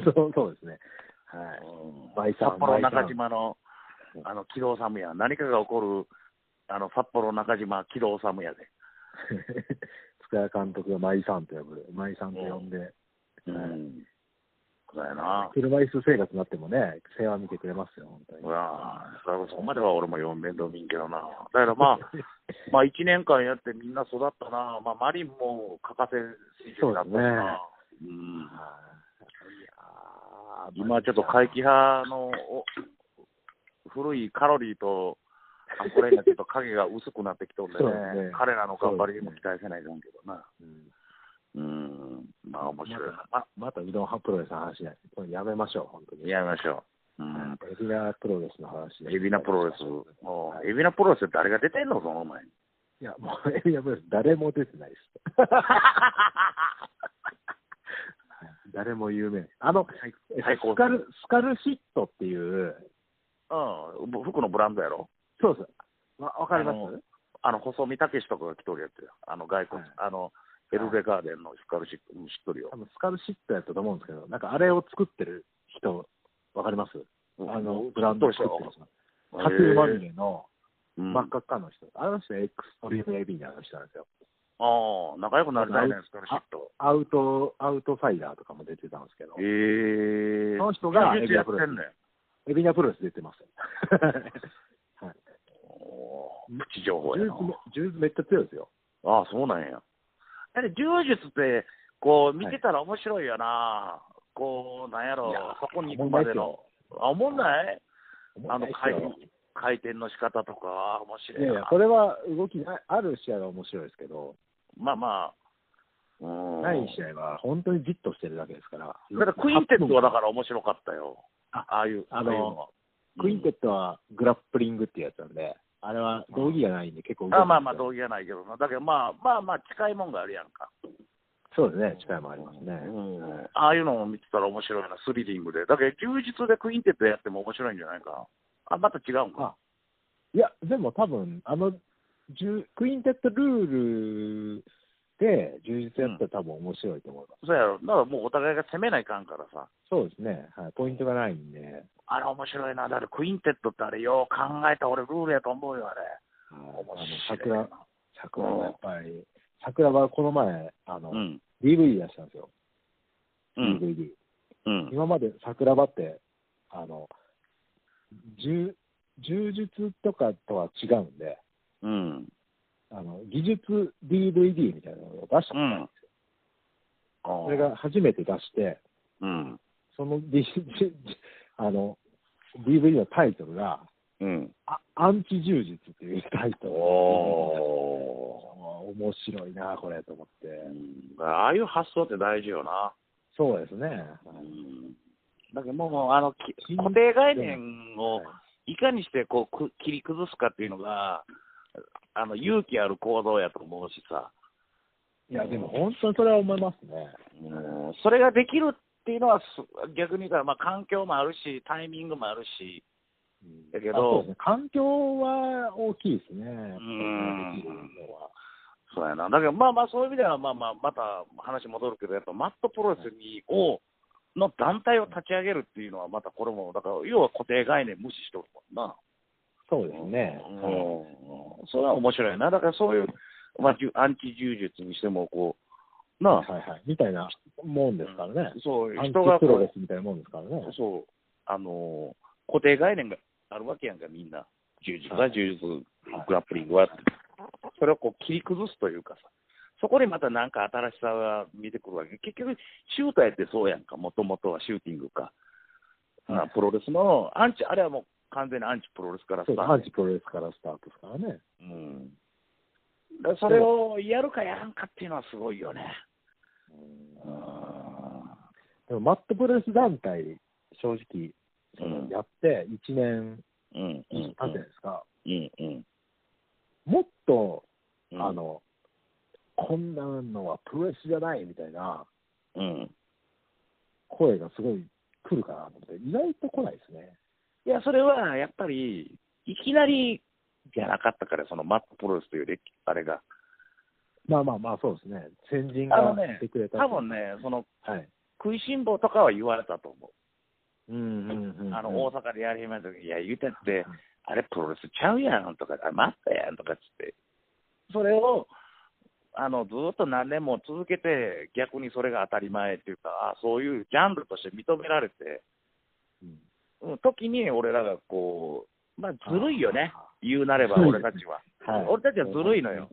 て、
そうそうですね、はい、
うん
バイ
札
さん
幌
バイさん
中島のあの軌道寒いやん、何かが起こるあの札幌中島軌道寒いやで、
塚谷監督が舞さんと呼ぶ、舞さんと呼んで、
うん、そうやな、
車椅子生活になってもね、世話見てくれますよ、本当に。
うわぁそれこそこまでは俺も4面倒見んけどな、だから まあ、まあ1年間やってみんな育ったな、まあ、マリンも欠かせ選手になったしな。うん
はいいやー
今ちょっと怪奇派のお古いカロリーとアンコレがちょっと影が薄くなってきとんでね
そうですね
彼らの頑張りにも期待せないかんけどな。
う
う
ん
ん、まあ面白いな。まあ、
またうどん派プロレスの話しない。これやめましょう、本当に。
やめましょう。う
うん
ん、
エビナプロレスの話で
エビナプロレス。おうエビナプロレスって誰が出てんのそのお 前。
いや、もうエビナプロレス、誰も出てないです。 誰も有名。あの、
最高
スカル、スカルシットっていう、
うん、服のブランドやろ。
そうです。わ、わかりま
あ
す
あの、細見武士とかが来とるやつや。あの、外国、
はい
あの、エルレガーデンのヒカルシック、うん知っとるよ
多。分スカルシットやったと思うんですけど、なんかあれを作ってる人、わかりますあの、ブランドを作ってる人。タトゥーまみれの
うん
真っ赤っかの人。あの人、エクストリームエビナーの人なんですよ。
ああ、仲良くなりたいね、スカルシット。
アウト、アウトサイダーとかも出てたんですけど
ええ、ー。
その人が
エ
エ
ビ
ビ
や
ア
って
プロレ ス
んねん。
エビナプロレス出てます。はい。
おープチ情報やな。
柔術めっちゃ強いですよ。
ああ、そうなんや。だって柔術って、こう、見てたら面白いよな。こう、なんやろ
いや、
そこに行くまでの。あ、おもんないあの回
い
回転の仕方とか、面白い
やい
な。
や、それは動きないある試合は面白いですけど、
まあまあ、うん。
ない試合は本当にじっとしてるだけですから。
だからクインテットはだから面白かったよ。
あ
ああいう、
あの
ああいうは
クインテットはグラップリングっていうやつなんで、あれは道着がないんで結構
うん
動くんですよ
あまあまあ、同義じゃないけどな。だけどまあまあまあ、近いもんがあるやんか。
そうですね、力もありますね。
うん。ああいうのも見てたら面白いな、スリリングで。だけど、充実でクインテットやっても面白いんじゃないかな。あ、また違うんか。
あいや、でも多分、あの、じゅクインテットルールで充実やったら多分面白いと思います。
そうやろ。だからもうお互いが攻めないかんからさ。
そうですね、はい、ポイントがないんで、
あれ面白いな。だってクインテットってあれよう考えた俺ルールやと思うよ、あれ。
あ
面
の
白いな
桜。桜はやっぱり、桜はこの前、あの、
うん。
DVD 出したんですよ、
うん。
DVD。
うん。
今まで桜庭って、あの、柔柔術とかとは違うんで、
うん。
あの技術 DVD みたいなのを出したことないんですよ。それが初めて出して、
うん。
その D あの DVD のタイトルが、
うん。
あアンチ柔術っていうタイトル。
お
面白いな、これと思って。
うんああいう発想って大事よな。
そうですね。
うんだけどもうあのき固定概念をいかにしてこうく切り崩すかっていうのがあの勇気ある行動やと思うしさ、
いや、でも本当にそれは思いますね。
うん、それができるっていうのはす逆に言ったら、まあ、環境もあるしタイミングもあるし、だけ
あそう
ど
ですね、環境は大きいですね。
ん
できるのは
そうやなだけどまあまあそういう意味ではまあまあまた話戻るけどやっぱマットプロレスにをの団体を立ち上げるっていうのは、またこれも、だから、要は固定概念無視しておるもんな。
そうですね。
う
うん
ん、それは面白いな。だからそういう、まあ、じゅアンチ柔術にしても、こう、なあ、
はいはい。みたいなもんですからね。
そう、
アンチ
人が
プ
こ
ロ
う
レスみたいなもんですからね。
そう、あのー固定概念があるわけやんか、みんな。柔術
は
は、
い
柔術、グラップリングはって。それをこう切り崩すというかさ、そこにまたなんか新しさが見てくるわけ。結局、シューターやってそうやんか、もともとはシューティングか。
は
あプロレスの、アンチ、あれはもう完全にアンチプロレスからさ
そう、アンチプロレスからスタートですからね。
うん。だからそれをやるかやらんかっていうのはすごいよね。うん
でも、マットプロレス団体、正直、そ
うん
のやって1年
うん。う
経
ん。
ってですか、
うん。うん。
もっと、
うん
あ、の、こんなのはプロレスじゃないみたいな
うん。
声がすごい来るかなと思って、意外と来ないですね。
いや、それはやっぱり、いきなりじゃなかったから、そのマットプロレスという歴あれが。
まあまあまあ、そうですね。先人
あの
が
ね
来てくれたってい
多
う
分ね、その
はい。
食いしん坊とかは言われたと思
うんうんうんう
う。
ん
あの、大阪でやり始めた時、いや、言うたって、あれプロレスちゃうやんとか、あれマットやんとかっつって。それを、あの、ずっと何年も続けて、逆にそれが当たり前っていうか、あそういうジャンルとして認められて、
うん
うん、時に俺らがこう、まあ、ずるいよね
あ、
言うなれば
ずるい
俺たちは。
はい
俺たちはずるいのよ、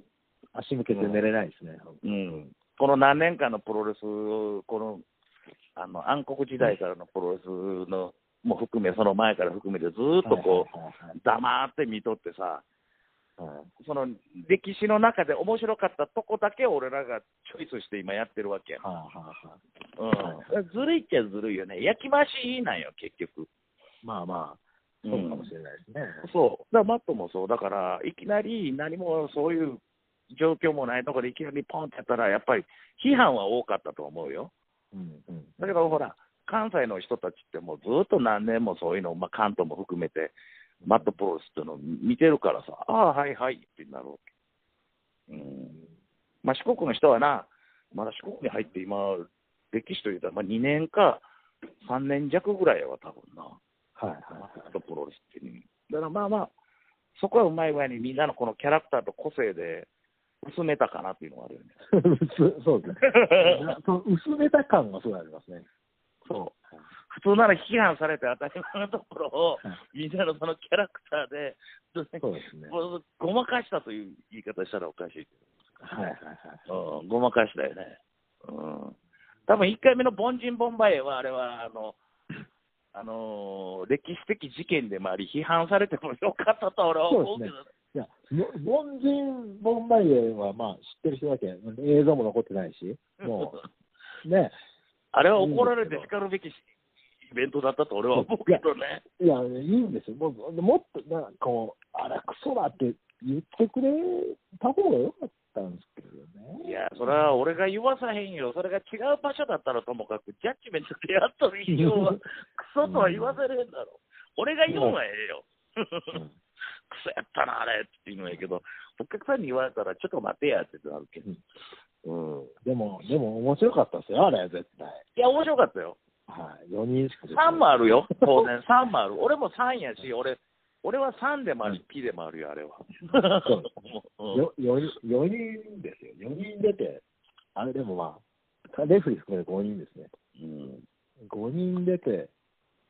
足向けて寝れないですね。
うん、この何年間のプロレス、このあの暗黒時代からのプロレスのも含め、その前から含めて、ずーっとこ
はいはいは
う、黙って見とってさ、
いはいはい
その歴史の中で面白かったとこだけを俺らがチョイスして今やってるわけやん。
はいはい
う
はい
ん、ずるいっちゃずるいよね、焼き増しなんよ、結局。
まあまあ、そうかもしれないですね。
そう、だからマットもそう、だからいきなり何もそういう状況もないところでいきなりポンってやったら、やっぱり批判は多かったと思うよ。
うんうん
だけどほら、関西の人たちってもうずっと何年もそういうのを、まあ、関東も含めて、マットプロレスっていうのを見てるからさ、ああ、はいはいってなるわけ。うんまあ、四国の人はな、まだ四国に入って今、歴史というと、まあ、2年か3年弱ぐらいは多分な。
はいはい
マ
は
ットプロレスっていうのにだからまあまあ、そこはうまい具合にみんなのこのキャラクターと個性で薄めたかなっていうのがあるよね。
い。薄そうですね。その薄めた感がすごいありますね。
そう。普通なら批判されて当たり前のところを
はい、
みんなのそのキャラクターで、
そうですね。
もうごまかしたという言い方したらおかしいけ
はいはいはい。
ど、うん、ごまかしたよね。うん。多分1回目の凡人ボンバイエは、あれは、あの、あのー歴史的事件でもあり、批判されてもよかったと俺は思うけど、
いや、ぼ凡人ボンバイエはまあ知ってる人だけ、映像も残ってないし、もう、ね、
あれは怒られて叱るべきイベントだったと俺は思うけどね。
いや、いいんですよ。もうもっと、なんかこう、あら、クソだって言ってくれた方が良かったんですけどね。
いや、それは俺が言わさへんよ。それが違う場所だったらともかく、ジャッジメントでやっとる以上は、クソとは言わせれへんだろ。俺が言うのはええよ。
う
ク
ん
ソやったな、あれっていうのはええけど、お客さんに言われたら、ちょっと待てやってなるけど。うん。
でも、でも面白かったですよ、あれ、絶対。
いや、面白かったよ。
はい、4人しか出てない
3もあるよ、当然。3もある。俺も3やし、俺、俺は3でもあり、P でもあるよ、あれは。
そう
うん
よ4人四人ですよ、4人出て、あれでもまあ、レフェリー含めて5人ですね、
うん
5人出て、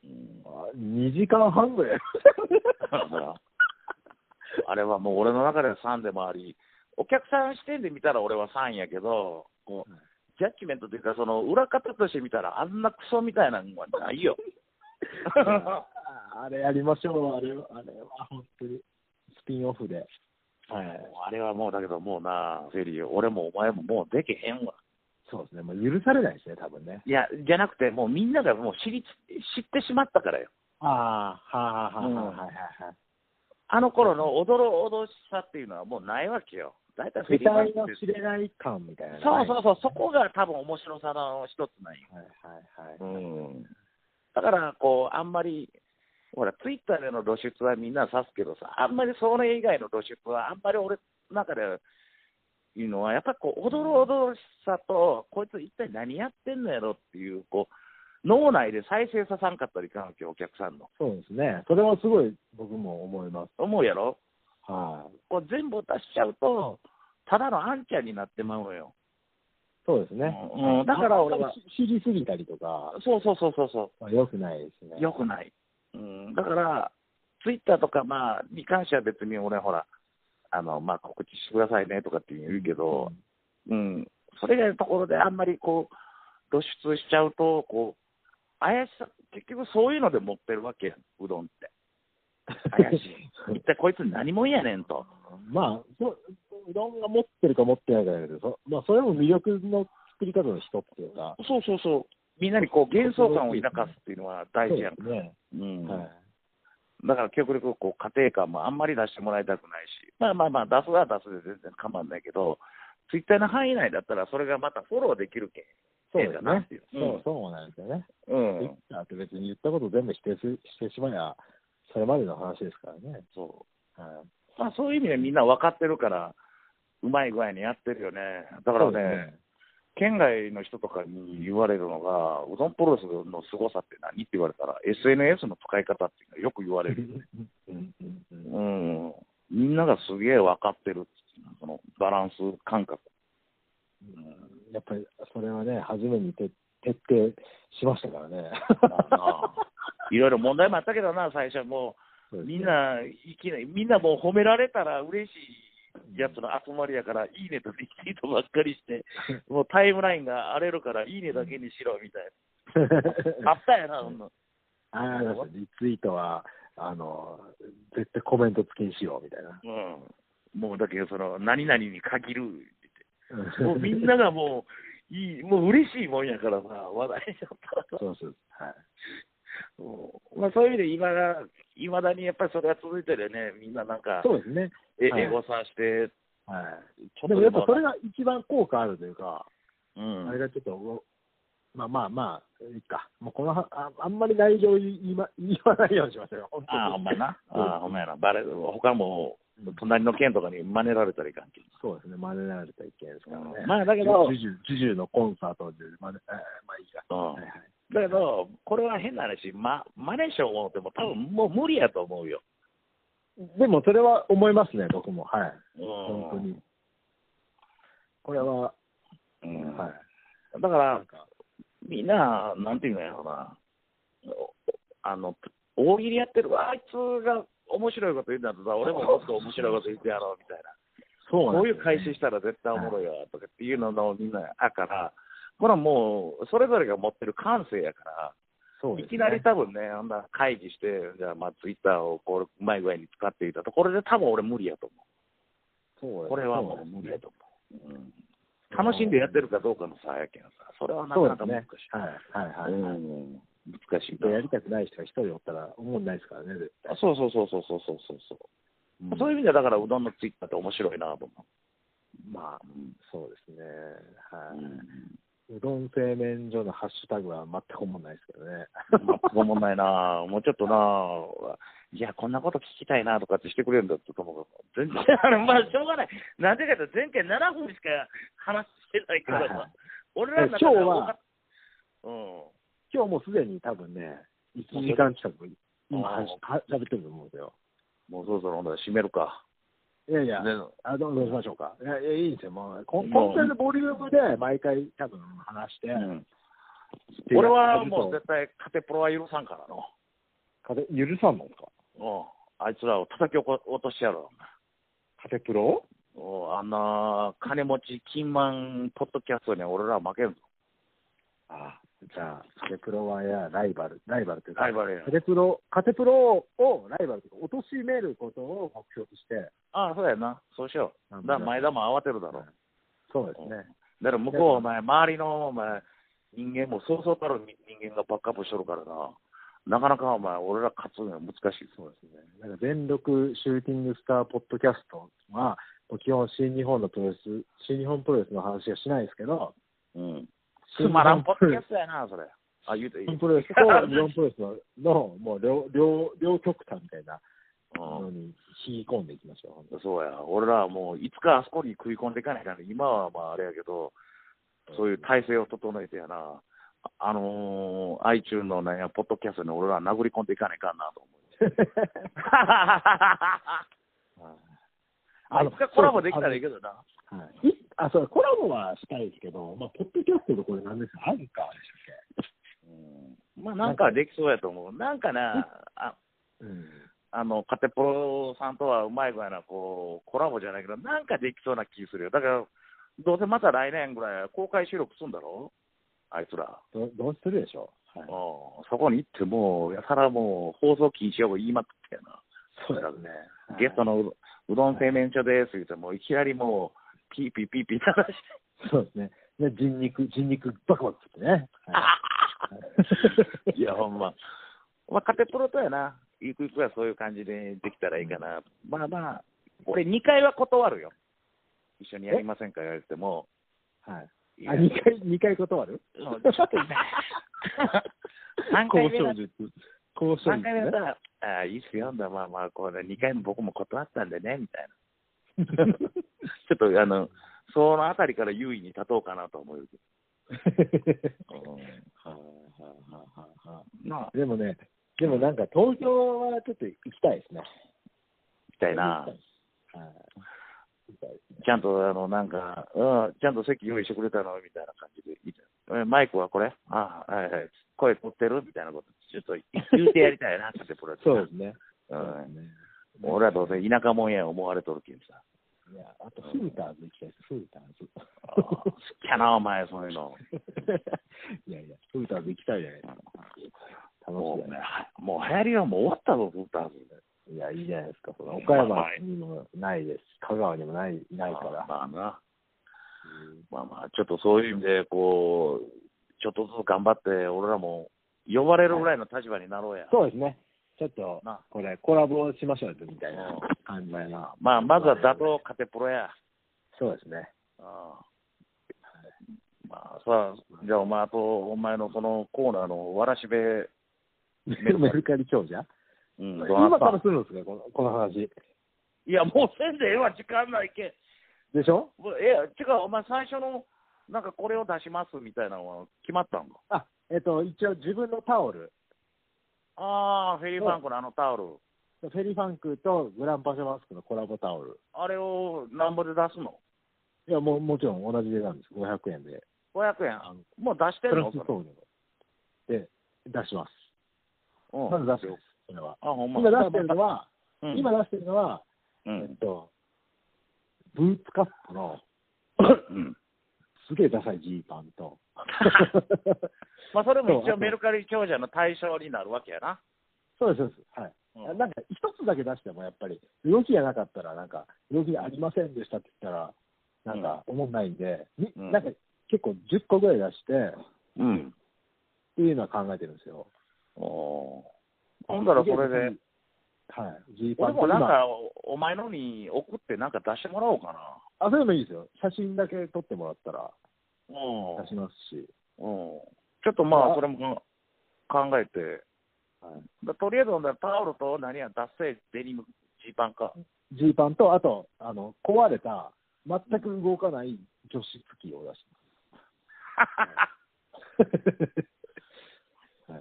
うん
あ2時間半ぐらい、
だから あれはもう俺の中では3でもあり、お客さん視点で見たら俺は3やけど、こう
はい
ジャッジメントというか、その裏方として見たら、あんなクソみたいなのはない よ。
ああれやりましょう、あれはあれは本当に、スピンオフで、はい、
あれはもうだけど、もうな、フェリー、俺もお前ももうできへんわ。
そうですね、もう許されないですね、多分ね。
いや、じゃなくて、もうみんながもう知り知ってしまったからよ。
ああ、はあはあはあはあはいはいはい。
あの頃のおどろおどしさっていうのはもうないわけよ。大体フェ
世
リーマンっ
代
て
の知れない感みたいな、
そうそうそう、そこが多分面白さの一つなんよ。
はいはいはい。
うんだからこう、あんまり、ほら、ツイッターでの露出はみんな指すけどさ、あんまりそれ以外の露出は、あんまり俺の中でいうのは、やっぱりこう、おどろおどろしさと、こいつ一体何やってんのやろっていう、こう、脳内で再生ささんかったりいかんわけよ、お客さんの。
そうですね。それはすごい僕も思います。
思うやろ
はい、
これ全部出しちゃうと、ただのあんちゃんになってまうのよ。
そうですね。
うんうんだから俺は
し。知りすぎたりとか、
そうそうそうそうそ
まあ、良くないですね。
う。よくない。うん、だから、ツイッターとか、まあ、に関しては別に俺、ほら、あの、まあ、告知してくださいねとかって言うけど、うん、それ以外のところであんまりこう、露出しちゃうと、こう、怪しさ、結局そういうので持ってるわけやん、うどんって。怪しい。一体こいつ何もんやねんと。
まあそう、うどんが持ってるか持ってないかだけど、そまあ、それも魅力の作り方の人っていうか、
そうそうそう。みんなにこう幻想感を抱かすっていうのは大事やん
そう。ですね。
うん
はい。
だから極力こう家庭感もあんまり出してもらいたくないし、まあまあまあ、出すは出すで全然構わないけど、ツイッターの範囲内だったら、それがまたフォローできるけん。
そう
ええ
で
か
す
なっ
ね
ていう。
そう、そうなんですよね。
う
ツイッ
ん。
ターって別に言ったこと全部否定すしてしまえば、それまでの話ですからね。
そ。
はいう
まあそういう意味でみんな分かってるから、うまい具合にやってるよね。だから
そう
ね、
ですね
県外の人とかに言われるのが、うどんプロレスの凄さって何って言われたら、SNS の使い方っていうのはよく言われる。
うんうんうん
うん、みんながすげえ分かってるっていうそのバランス感覚。
やっぱりそれはね、初めにて徹底しましたからね。
まあないろいろ問題もあったけどな、最初はも
そう
う、
ですね
みんな、いきなり、みんなもう褒められたら嬉しいやつの集まりやから、いいねとリツイートばっかり して、もうタイムラインが荒れるから、いいねだけにしろみたいな。あったやな、そんな。
ああそうですねリツイートは、あの、絶対コメント付きにしようみたいな。
うん。もうだけど、その、何々に限るって言って。もうみんながもう、いい、もう嬉しいもんやからさ、話題になったらさ。
そうそう。はい。
うんまあ、そういう意味で今が、いまだにやっぱりそれが続いてるよね、みんななんか、
そうですね。
え
はい
エゴさして、
は
ちょ
い。
っと
でもやっぱ
も
それが一番効果あるというか、
うん
あれがちょっとお、まあまあまあ、いいか。もうこのはあ、あんまり内情言い,、ま、言わないようにしましょうよ。本当に
ああ、ほんまや な、
うん
ああ、ほんまやな、バレ他も
うん
隣の県とかに真似られたらいかんけど、
そうですね。真似られた意見ですからね。
まあだけど
ジュジュ、ジュジュのコンサートで真似、えーまあいいや。
うん
はいはい。
だけど、これは変な話、ま、真似しよう思っても、多分もう無理やと思うよ、
でもそれは思いますね、僕も。はい。
うん
本当に。これは、
うん
はい。
だから
なん、か
みんな、なんていうんやろうな、おあの、大喜利やってる、あいつが面白いこと言うんだとさ、俺ももっと面白いこと言ってやろうみたいな。
そう
こ
なん
うい
で
う
すよね
開始したら絶対おもろいわとかっていうののみんなあから、これはもう、それぞれが持ってる感性やか
そ
ら、
うですね
いきなり多分ね、あんな会議して、じゃあ、まあ、ツイッターをこううまい具合に使っていたところで、多分俺、無理やと思
そう
う。
です
これはもう無理やと思う。うん楽しんでやってるかどうかの差やけんさ、それはなか
そう
な
で
か
す
難し
ね
い。。
はいはいはい。
うん難しい
や
な
りたくない人が一人おったら、思んないですからね、絶対
あ。そうそうそうそうそうそうそうそう。
うん
そういう意味では、だから、うどんのツイッターって面白いなと思
まあ、
う。うん
そうですね。はい。うどん製麺所のハッシュタグは全く思んないですけどね。
まあ、もんないな、もうちょっとな、いや、こんなこと聞きたいなとかってしてくれるんだって、ともかく 全然、あのまあ、しょうがない、なんでかって、前回7分しか話してないか
はい
ら
はい
さ、俺らの中で多かっ、うん、
今日もうすでに多分ね、1時間近く、今、
あー
はしは喋ってると思うんですよ。
もうそろそろ、ほんだら閉めるか。
いやいや
ね、
あどうどうしましょうか。いや、いやいいんですよ。もう、こん
もう
こんくらいのボリュームで毎回多分話して、
うん
っていう
俺はもう
やってる
絶対、カテプロは許さんからの、
と風許さんのですか
うん、あいつらを叩き落としてやろう。
カテプロ
おあんな金持ち、金満ポッドキャストには俺らは負けんぞ。
あじゃあ、カテプロはやライバル、ライバルというか、
ライバルや
カテプロ、カテプロをライバルというか、貶めることを目標として、
ああ、そうやな。そうしよう。だから前田も慌てるだろう。
そうですね、
だから向こう、お前、周りのお前人間もそうそうたる人間がバックアップしとるからな。なかなかお前、俺ら勝つのは難しい。そうですね。
なんか全力シューティングスターポッドキャストは、もう基本、新日本のプロレス、新日本プロレスの話はしないですけど、
うん。つまらんポッドキャストやな、それ。あ、言うていい。
新日本プロレスと日本プロレスののもう両両両極端みたいな
う
の
ん
に引き込んでいきましょう、本当に
そうや。俺らはもう、いつかあそこに食い込んでいかないから、今はまああれやけど、そういう体制を整えてやな。あのー、iTune のね、ポッドキャストに俺ら殴り込んでいかないかんなと思う。 あいつかコラボできたらいいけどな。
はい、いあそうコラボはしたいですけど、まあ、ポッドキャストのこれなんですかアンカーでしたっ
うんまあなんかできそうやと思う。なんかな、あ
け、うん、
あの、カテプロさんとはうまい具合な、こう、コラボじゃないけど、なんかできそうな気するよ。だから、どうせまた来年ぐらい公開収録するんだろあいつら。
どどうするでしょう、
うん
はい、
そこに行ってもう、やたらもう、放送禁止用語言いまくってやな。
そうですね、はい
ゲストのうどうどん製麺所です言うても、いきなりもう、ピーピーピーピー鳴らして、
そうですねね人肉人肉バクバク食ってね、
いや、ほんま。まあ、カテプロとやな。ゆくゆくはそういう感じでできたらいいかな。まあまあ、俺2回は断るよ。一緒にやりませんか言われても。
はい
い
あ
や
二回二回断る
うんちょっと ね三回目だ
交渉術交渉
3回
術
目
ね
はさ、ああ、いいっすよ、まあまあ、これ2回も僕も断ったんでね、みたいな。ちょっと、あの、そのあたりから優位に立とうかなと思うけど。うんまあ、
でもねでもなんか東京はちょっと行きたいですね
みたいな
は。い行きたいですね
ちゃんと、あの、なんか、うん、ちゃんと席用意してくれたのみたいな感じでいいじゃんえ、マイクはこれああはいはい。声取ってるみたいなこと、ちょっと言うてやりたいなって、プロレス
そうですね
う
そうです
ん。
ね
俺はどうせ田舎もんや思われとるけんさ。
いや、あと、フーターズ行きたいです、フーターズ。
ああ好きやな、お前、そういうの。
いやいや、フーターズ行きたいじゃないですか。楽し
も
いうじゃ
ね
ない、
もう流行りはもう終わったぞ、ずっとある
いや、いいじゃないですか。その
うん
岡
まあ
山
はい
にもないです。香川にもないないか
まあ
ら。
まあな。まあまあ、ちょっとそういう意味で、こう、ちょっとずつ頑張って、俺らも呼ばれるぐらいの立場になろうや。
そうですね。ちょっと
な、
これ、コラボしましょうよみたい
うん
な感じやな。
まあ、まずは打倒カテプロや。
そうですね。
ああまあさあ、じゃあお前あと、お前のそのコーナーのわらしべ、メルカリ
メルカリ長者
うん、どうな
今
っ
から
た
するんですか、このこの話。
いや、もうせんでええわ、時間ないけん。
でしょ
もうええや、違う、お前最初の、なんかこれを出しますみたいなのは決まったんか。
あ、えっと、一応自分のタオル、
ああ、フェリーファンクのあのタオル。
フェリーファンクとグランパシャマスクのコラボタオル。
あれをなんぼで出すの
いや、もうもちろん同じ値段です。500円で。
?500 円。
の
もう出して
プ
る
ラ
の
ス
それ
送料で出します。
うん
まず出すよ、それは。
あ、ほんま。
今出してるのは、
うん、
今出してるのは、
う
えっ
ん。
と、ブーツカットの
うん。
すげえダサいジーパン と、
まあ、それも
そう
一応
あと
メルカリ長者の対象になるわけやな。
そうです、そうです。はい。
うん
なんか一つだけ出してもやっぱり、動きがなかったら、なんか、動きがありませんでしたって言ったら、なんか、思んないんで、に
うん
なんか結構10個ぐらい出して、
うん。
っていうのは考えてるんですよ。
おーほんだらそれで、
はい。ジーパ
俺
ンと
もなん
今
か、おお前のに送ってなんか出してもらおうかな。
あ、それもいいですよ。写真だけ撮ってもらったら
うん。うん
出しますし。
ちょっとまあ、
あ
それも考えて。
はい
だとりあえず、ほんだらタオルと何や、脱製デニム、ジーパンか。
ジーパンと、あと、あの、壊れた、全く動かない女子付きを出し ます。はい、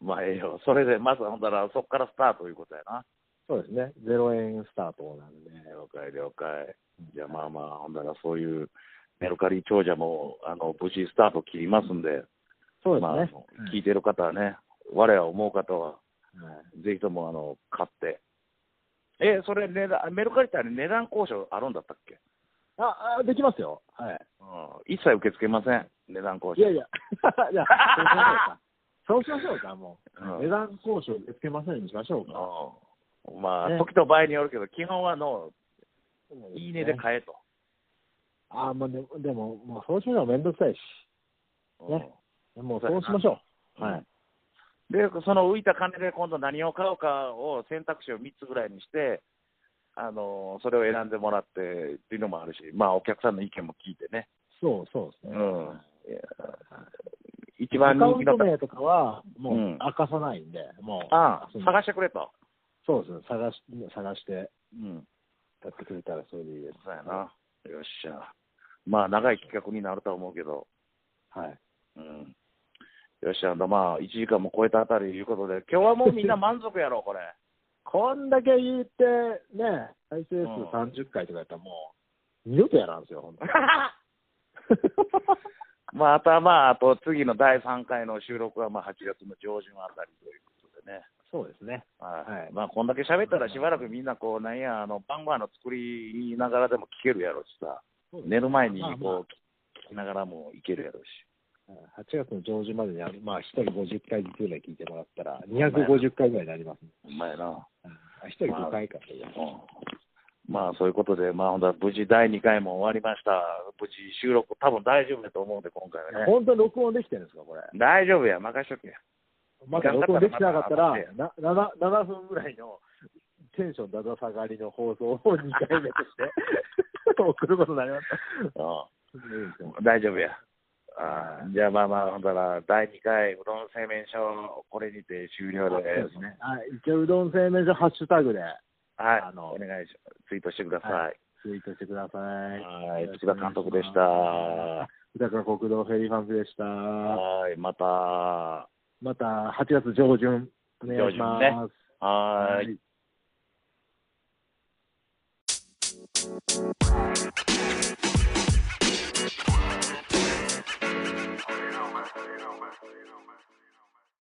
まあ、ええよ。それで、まずほんだら、そこからスタートということやな。
そうですね。0円スタートなんで。
了解、了解。じゃあまあまあ、ほんだらそういうメルカリ長者もあの無事スタート切りますんで、
そうですね。
まああ
はい
の、聞いてる方はね、我は思う方は、
はい
ぜひともあの買って。え、それ値段、メルカリってあれ値段交渉あるんだったっけ、
あ、あできますよ。はい。
うん、一切受け付けません、値段交
いや
渉。
いや、 じゃあ、 そうしましょうか。そうしましょうか、もう。
うん
値段交渉受け付けませんにしましょうか。
うんまあ、
ね
時と場合によるけど、基本はの、
そうですね
いいねで買えと。
あ、まあ、でも、でも、もうそうしましょう。めんどくさいし。
うん
ねもうそうしましょう。はい。
で、その浮いた金で今度何を買うかを選択肢を3つぐらいにして、あのそれを選んでもらってっていうのもあるし、まあ、お客さんの意見も聞いてね、
そうそうです
う
ね。
ん、いや一
ア
番
カ
人
ウン
気
ト
のた
名とかは、もう
うん
明かさないんで、もう、
ああ
その
探してくれと、
そうですね、探し探して
うん、
やってくれたらそれでいいです。
そうやな、よっしゃ、まあ、長い企画になるとは思うけど、
はい。
うん、よし、あの、まあ、1時間も超えたあたりいうことで、今日はもうみんな満足やろ、 これ。
こんだけ言って、ね、再生数30回とかやったらもう、二度とやらんすよ、ほんと
まあ、あとはまあ、あと次の第3回の収録は、まあ、8月の上旬あたりということでね。
そうですね。
はい。
はい
まあ、こんだけ喋ったらしばらくみんな、こう、なんや、あの、晩ご飯の作りながらでも聞けるやろうしさ、寝る前に
まあ、まあ
こう、聞きながらもいけるやろうし。
8月の上旬までには、まあ、1人50回ずつぐらい聞いてもらったら、250回ぐらいになりますね。
ほんまやな。
うんあ1人5回か。
うんまあ、そういうことで、まあ、ほんとは無事第2回も終わりました。無事収録、多分大丈夫だと思うんで、今回はね。
本当に録音できてるんですか、これ。
大丈夫や、任しとけや。
まだ録音できてなかったら
頑張って、
な 7, 7分ぐらいのテンションだだ下がりの放送を2回目と して、送ることになりまし
う
た。いいですね
ん、大丈夫や。あーじゃあまあまあ、ほんだら、第2回、うどん製麺所、これにて終了
そう
で。
ですすね。はい。一応、うどん製麺所ハッシュタグで
はい、
あの
お願いしツイートしてくださ。
はいツイートしてください。
はい、
よろし
土
くお
田監
願いします
督でした。は
豊川国道フェリーファンズでした。
い、また。は
また8月上旬、お願いします。
上旬い。
い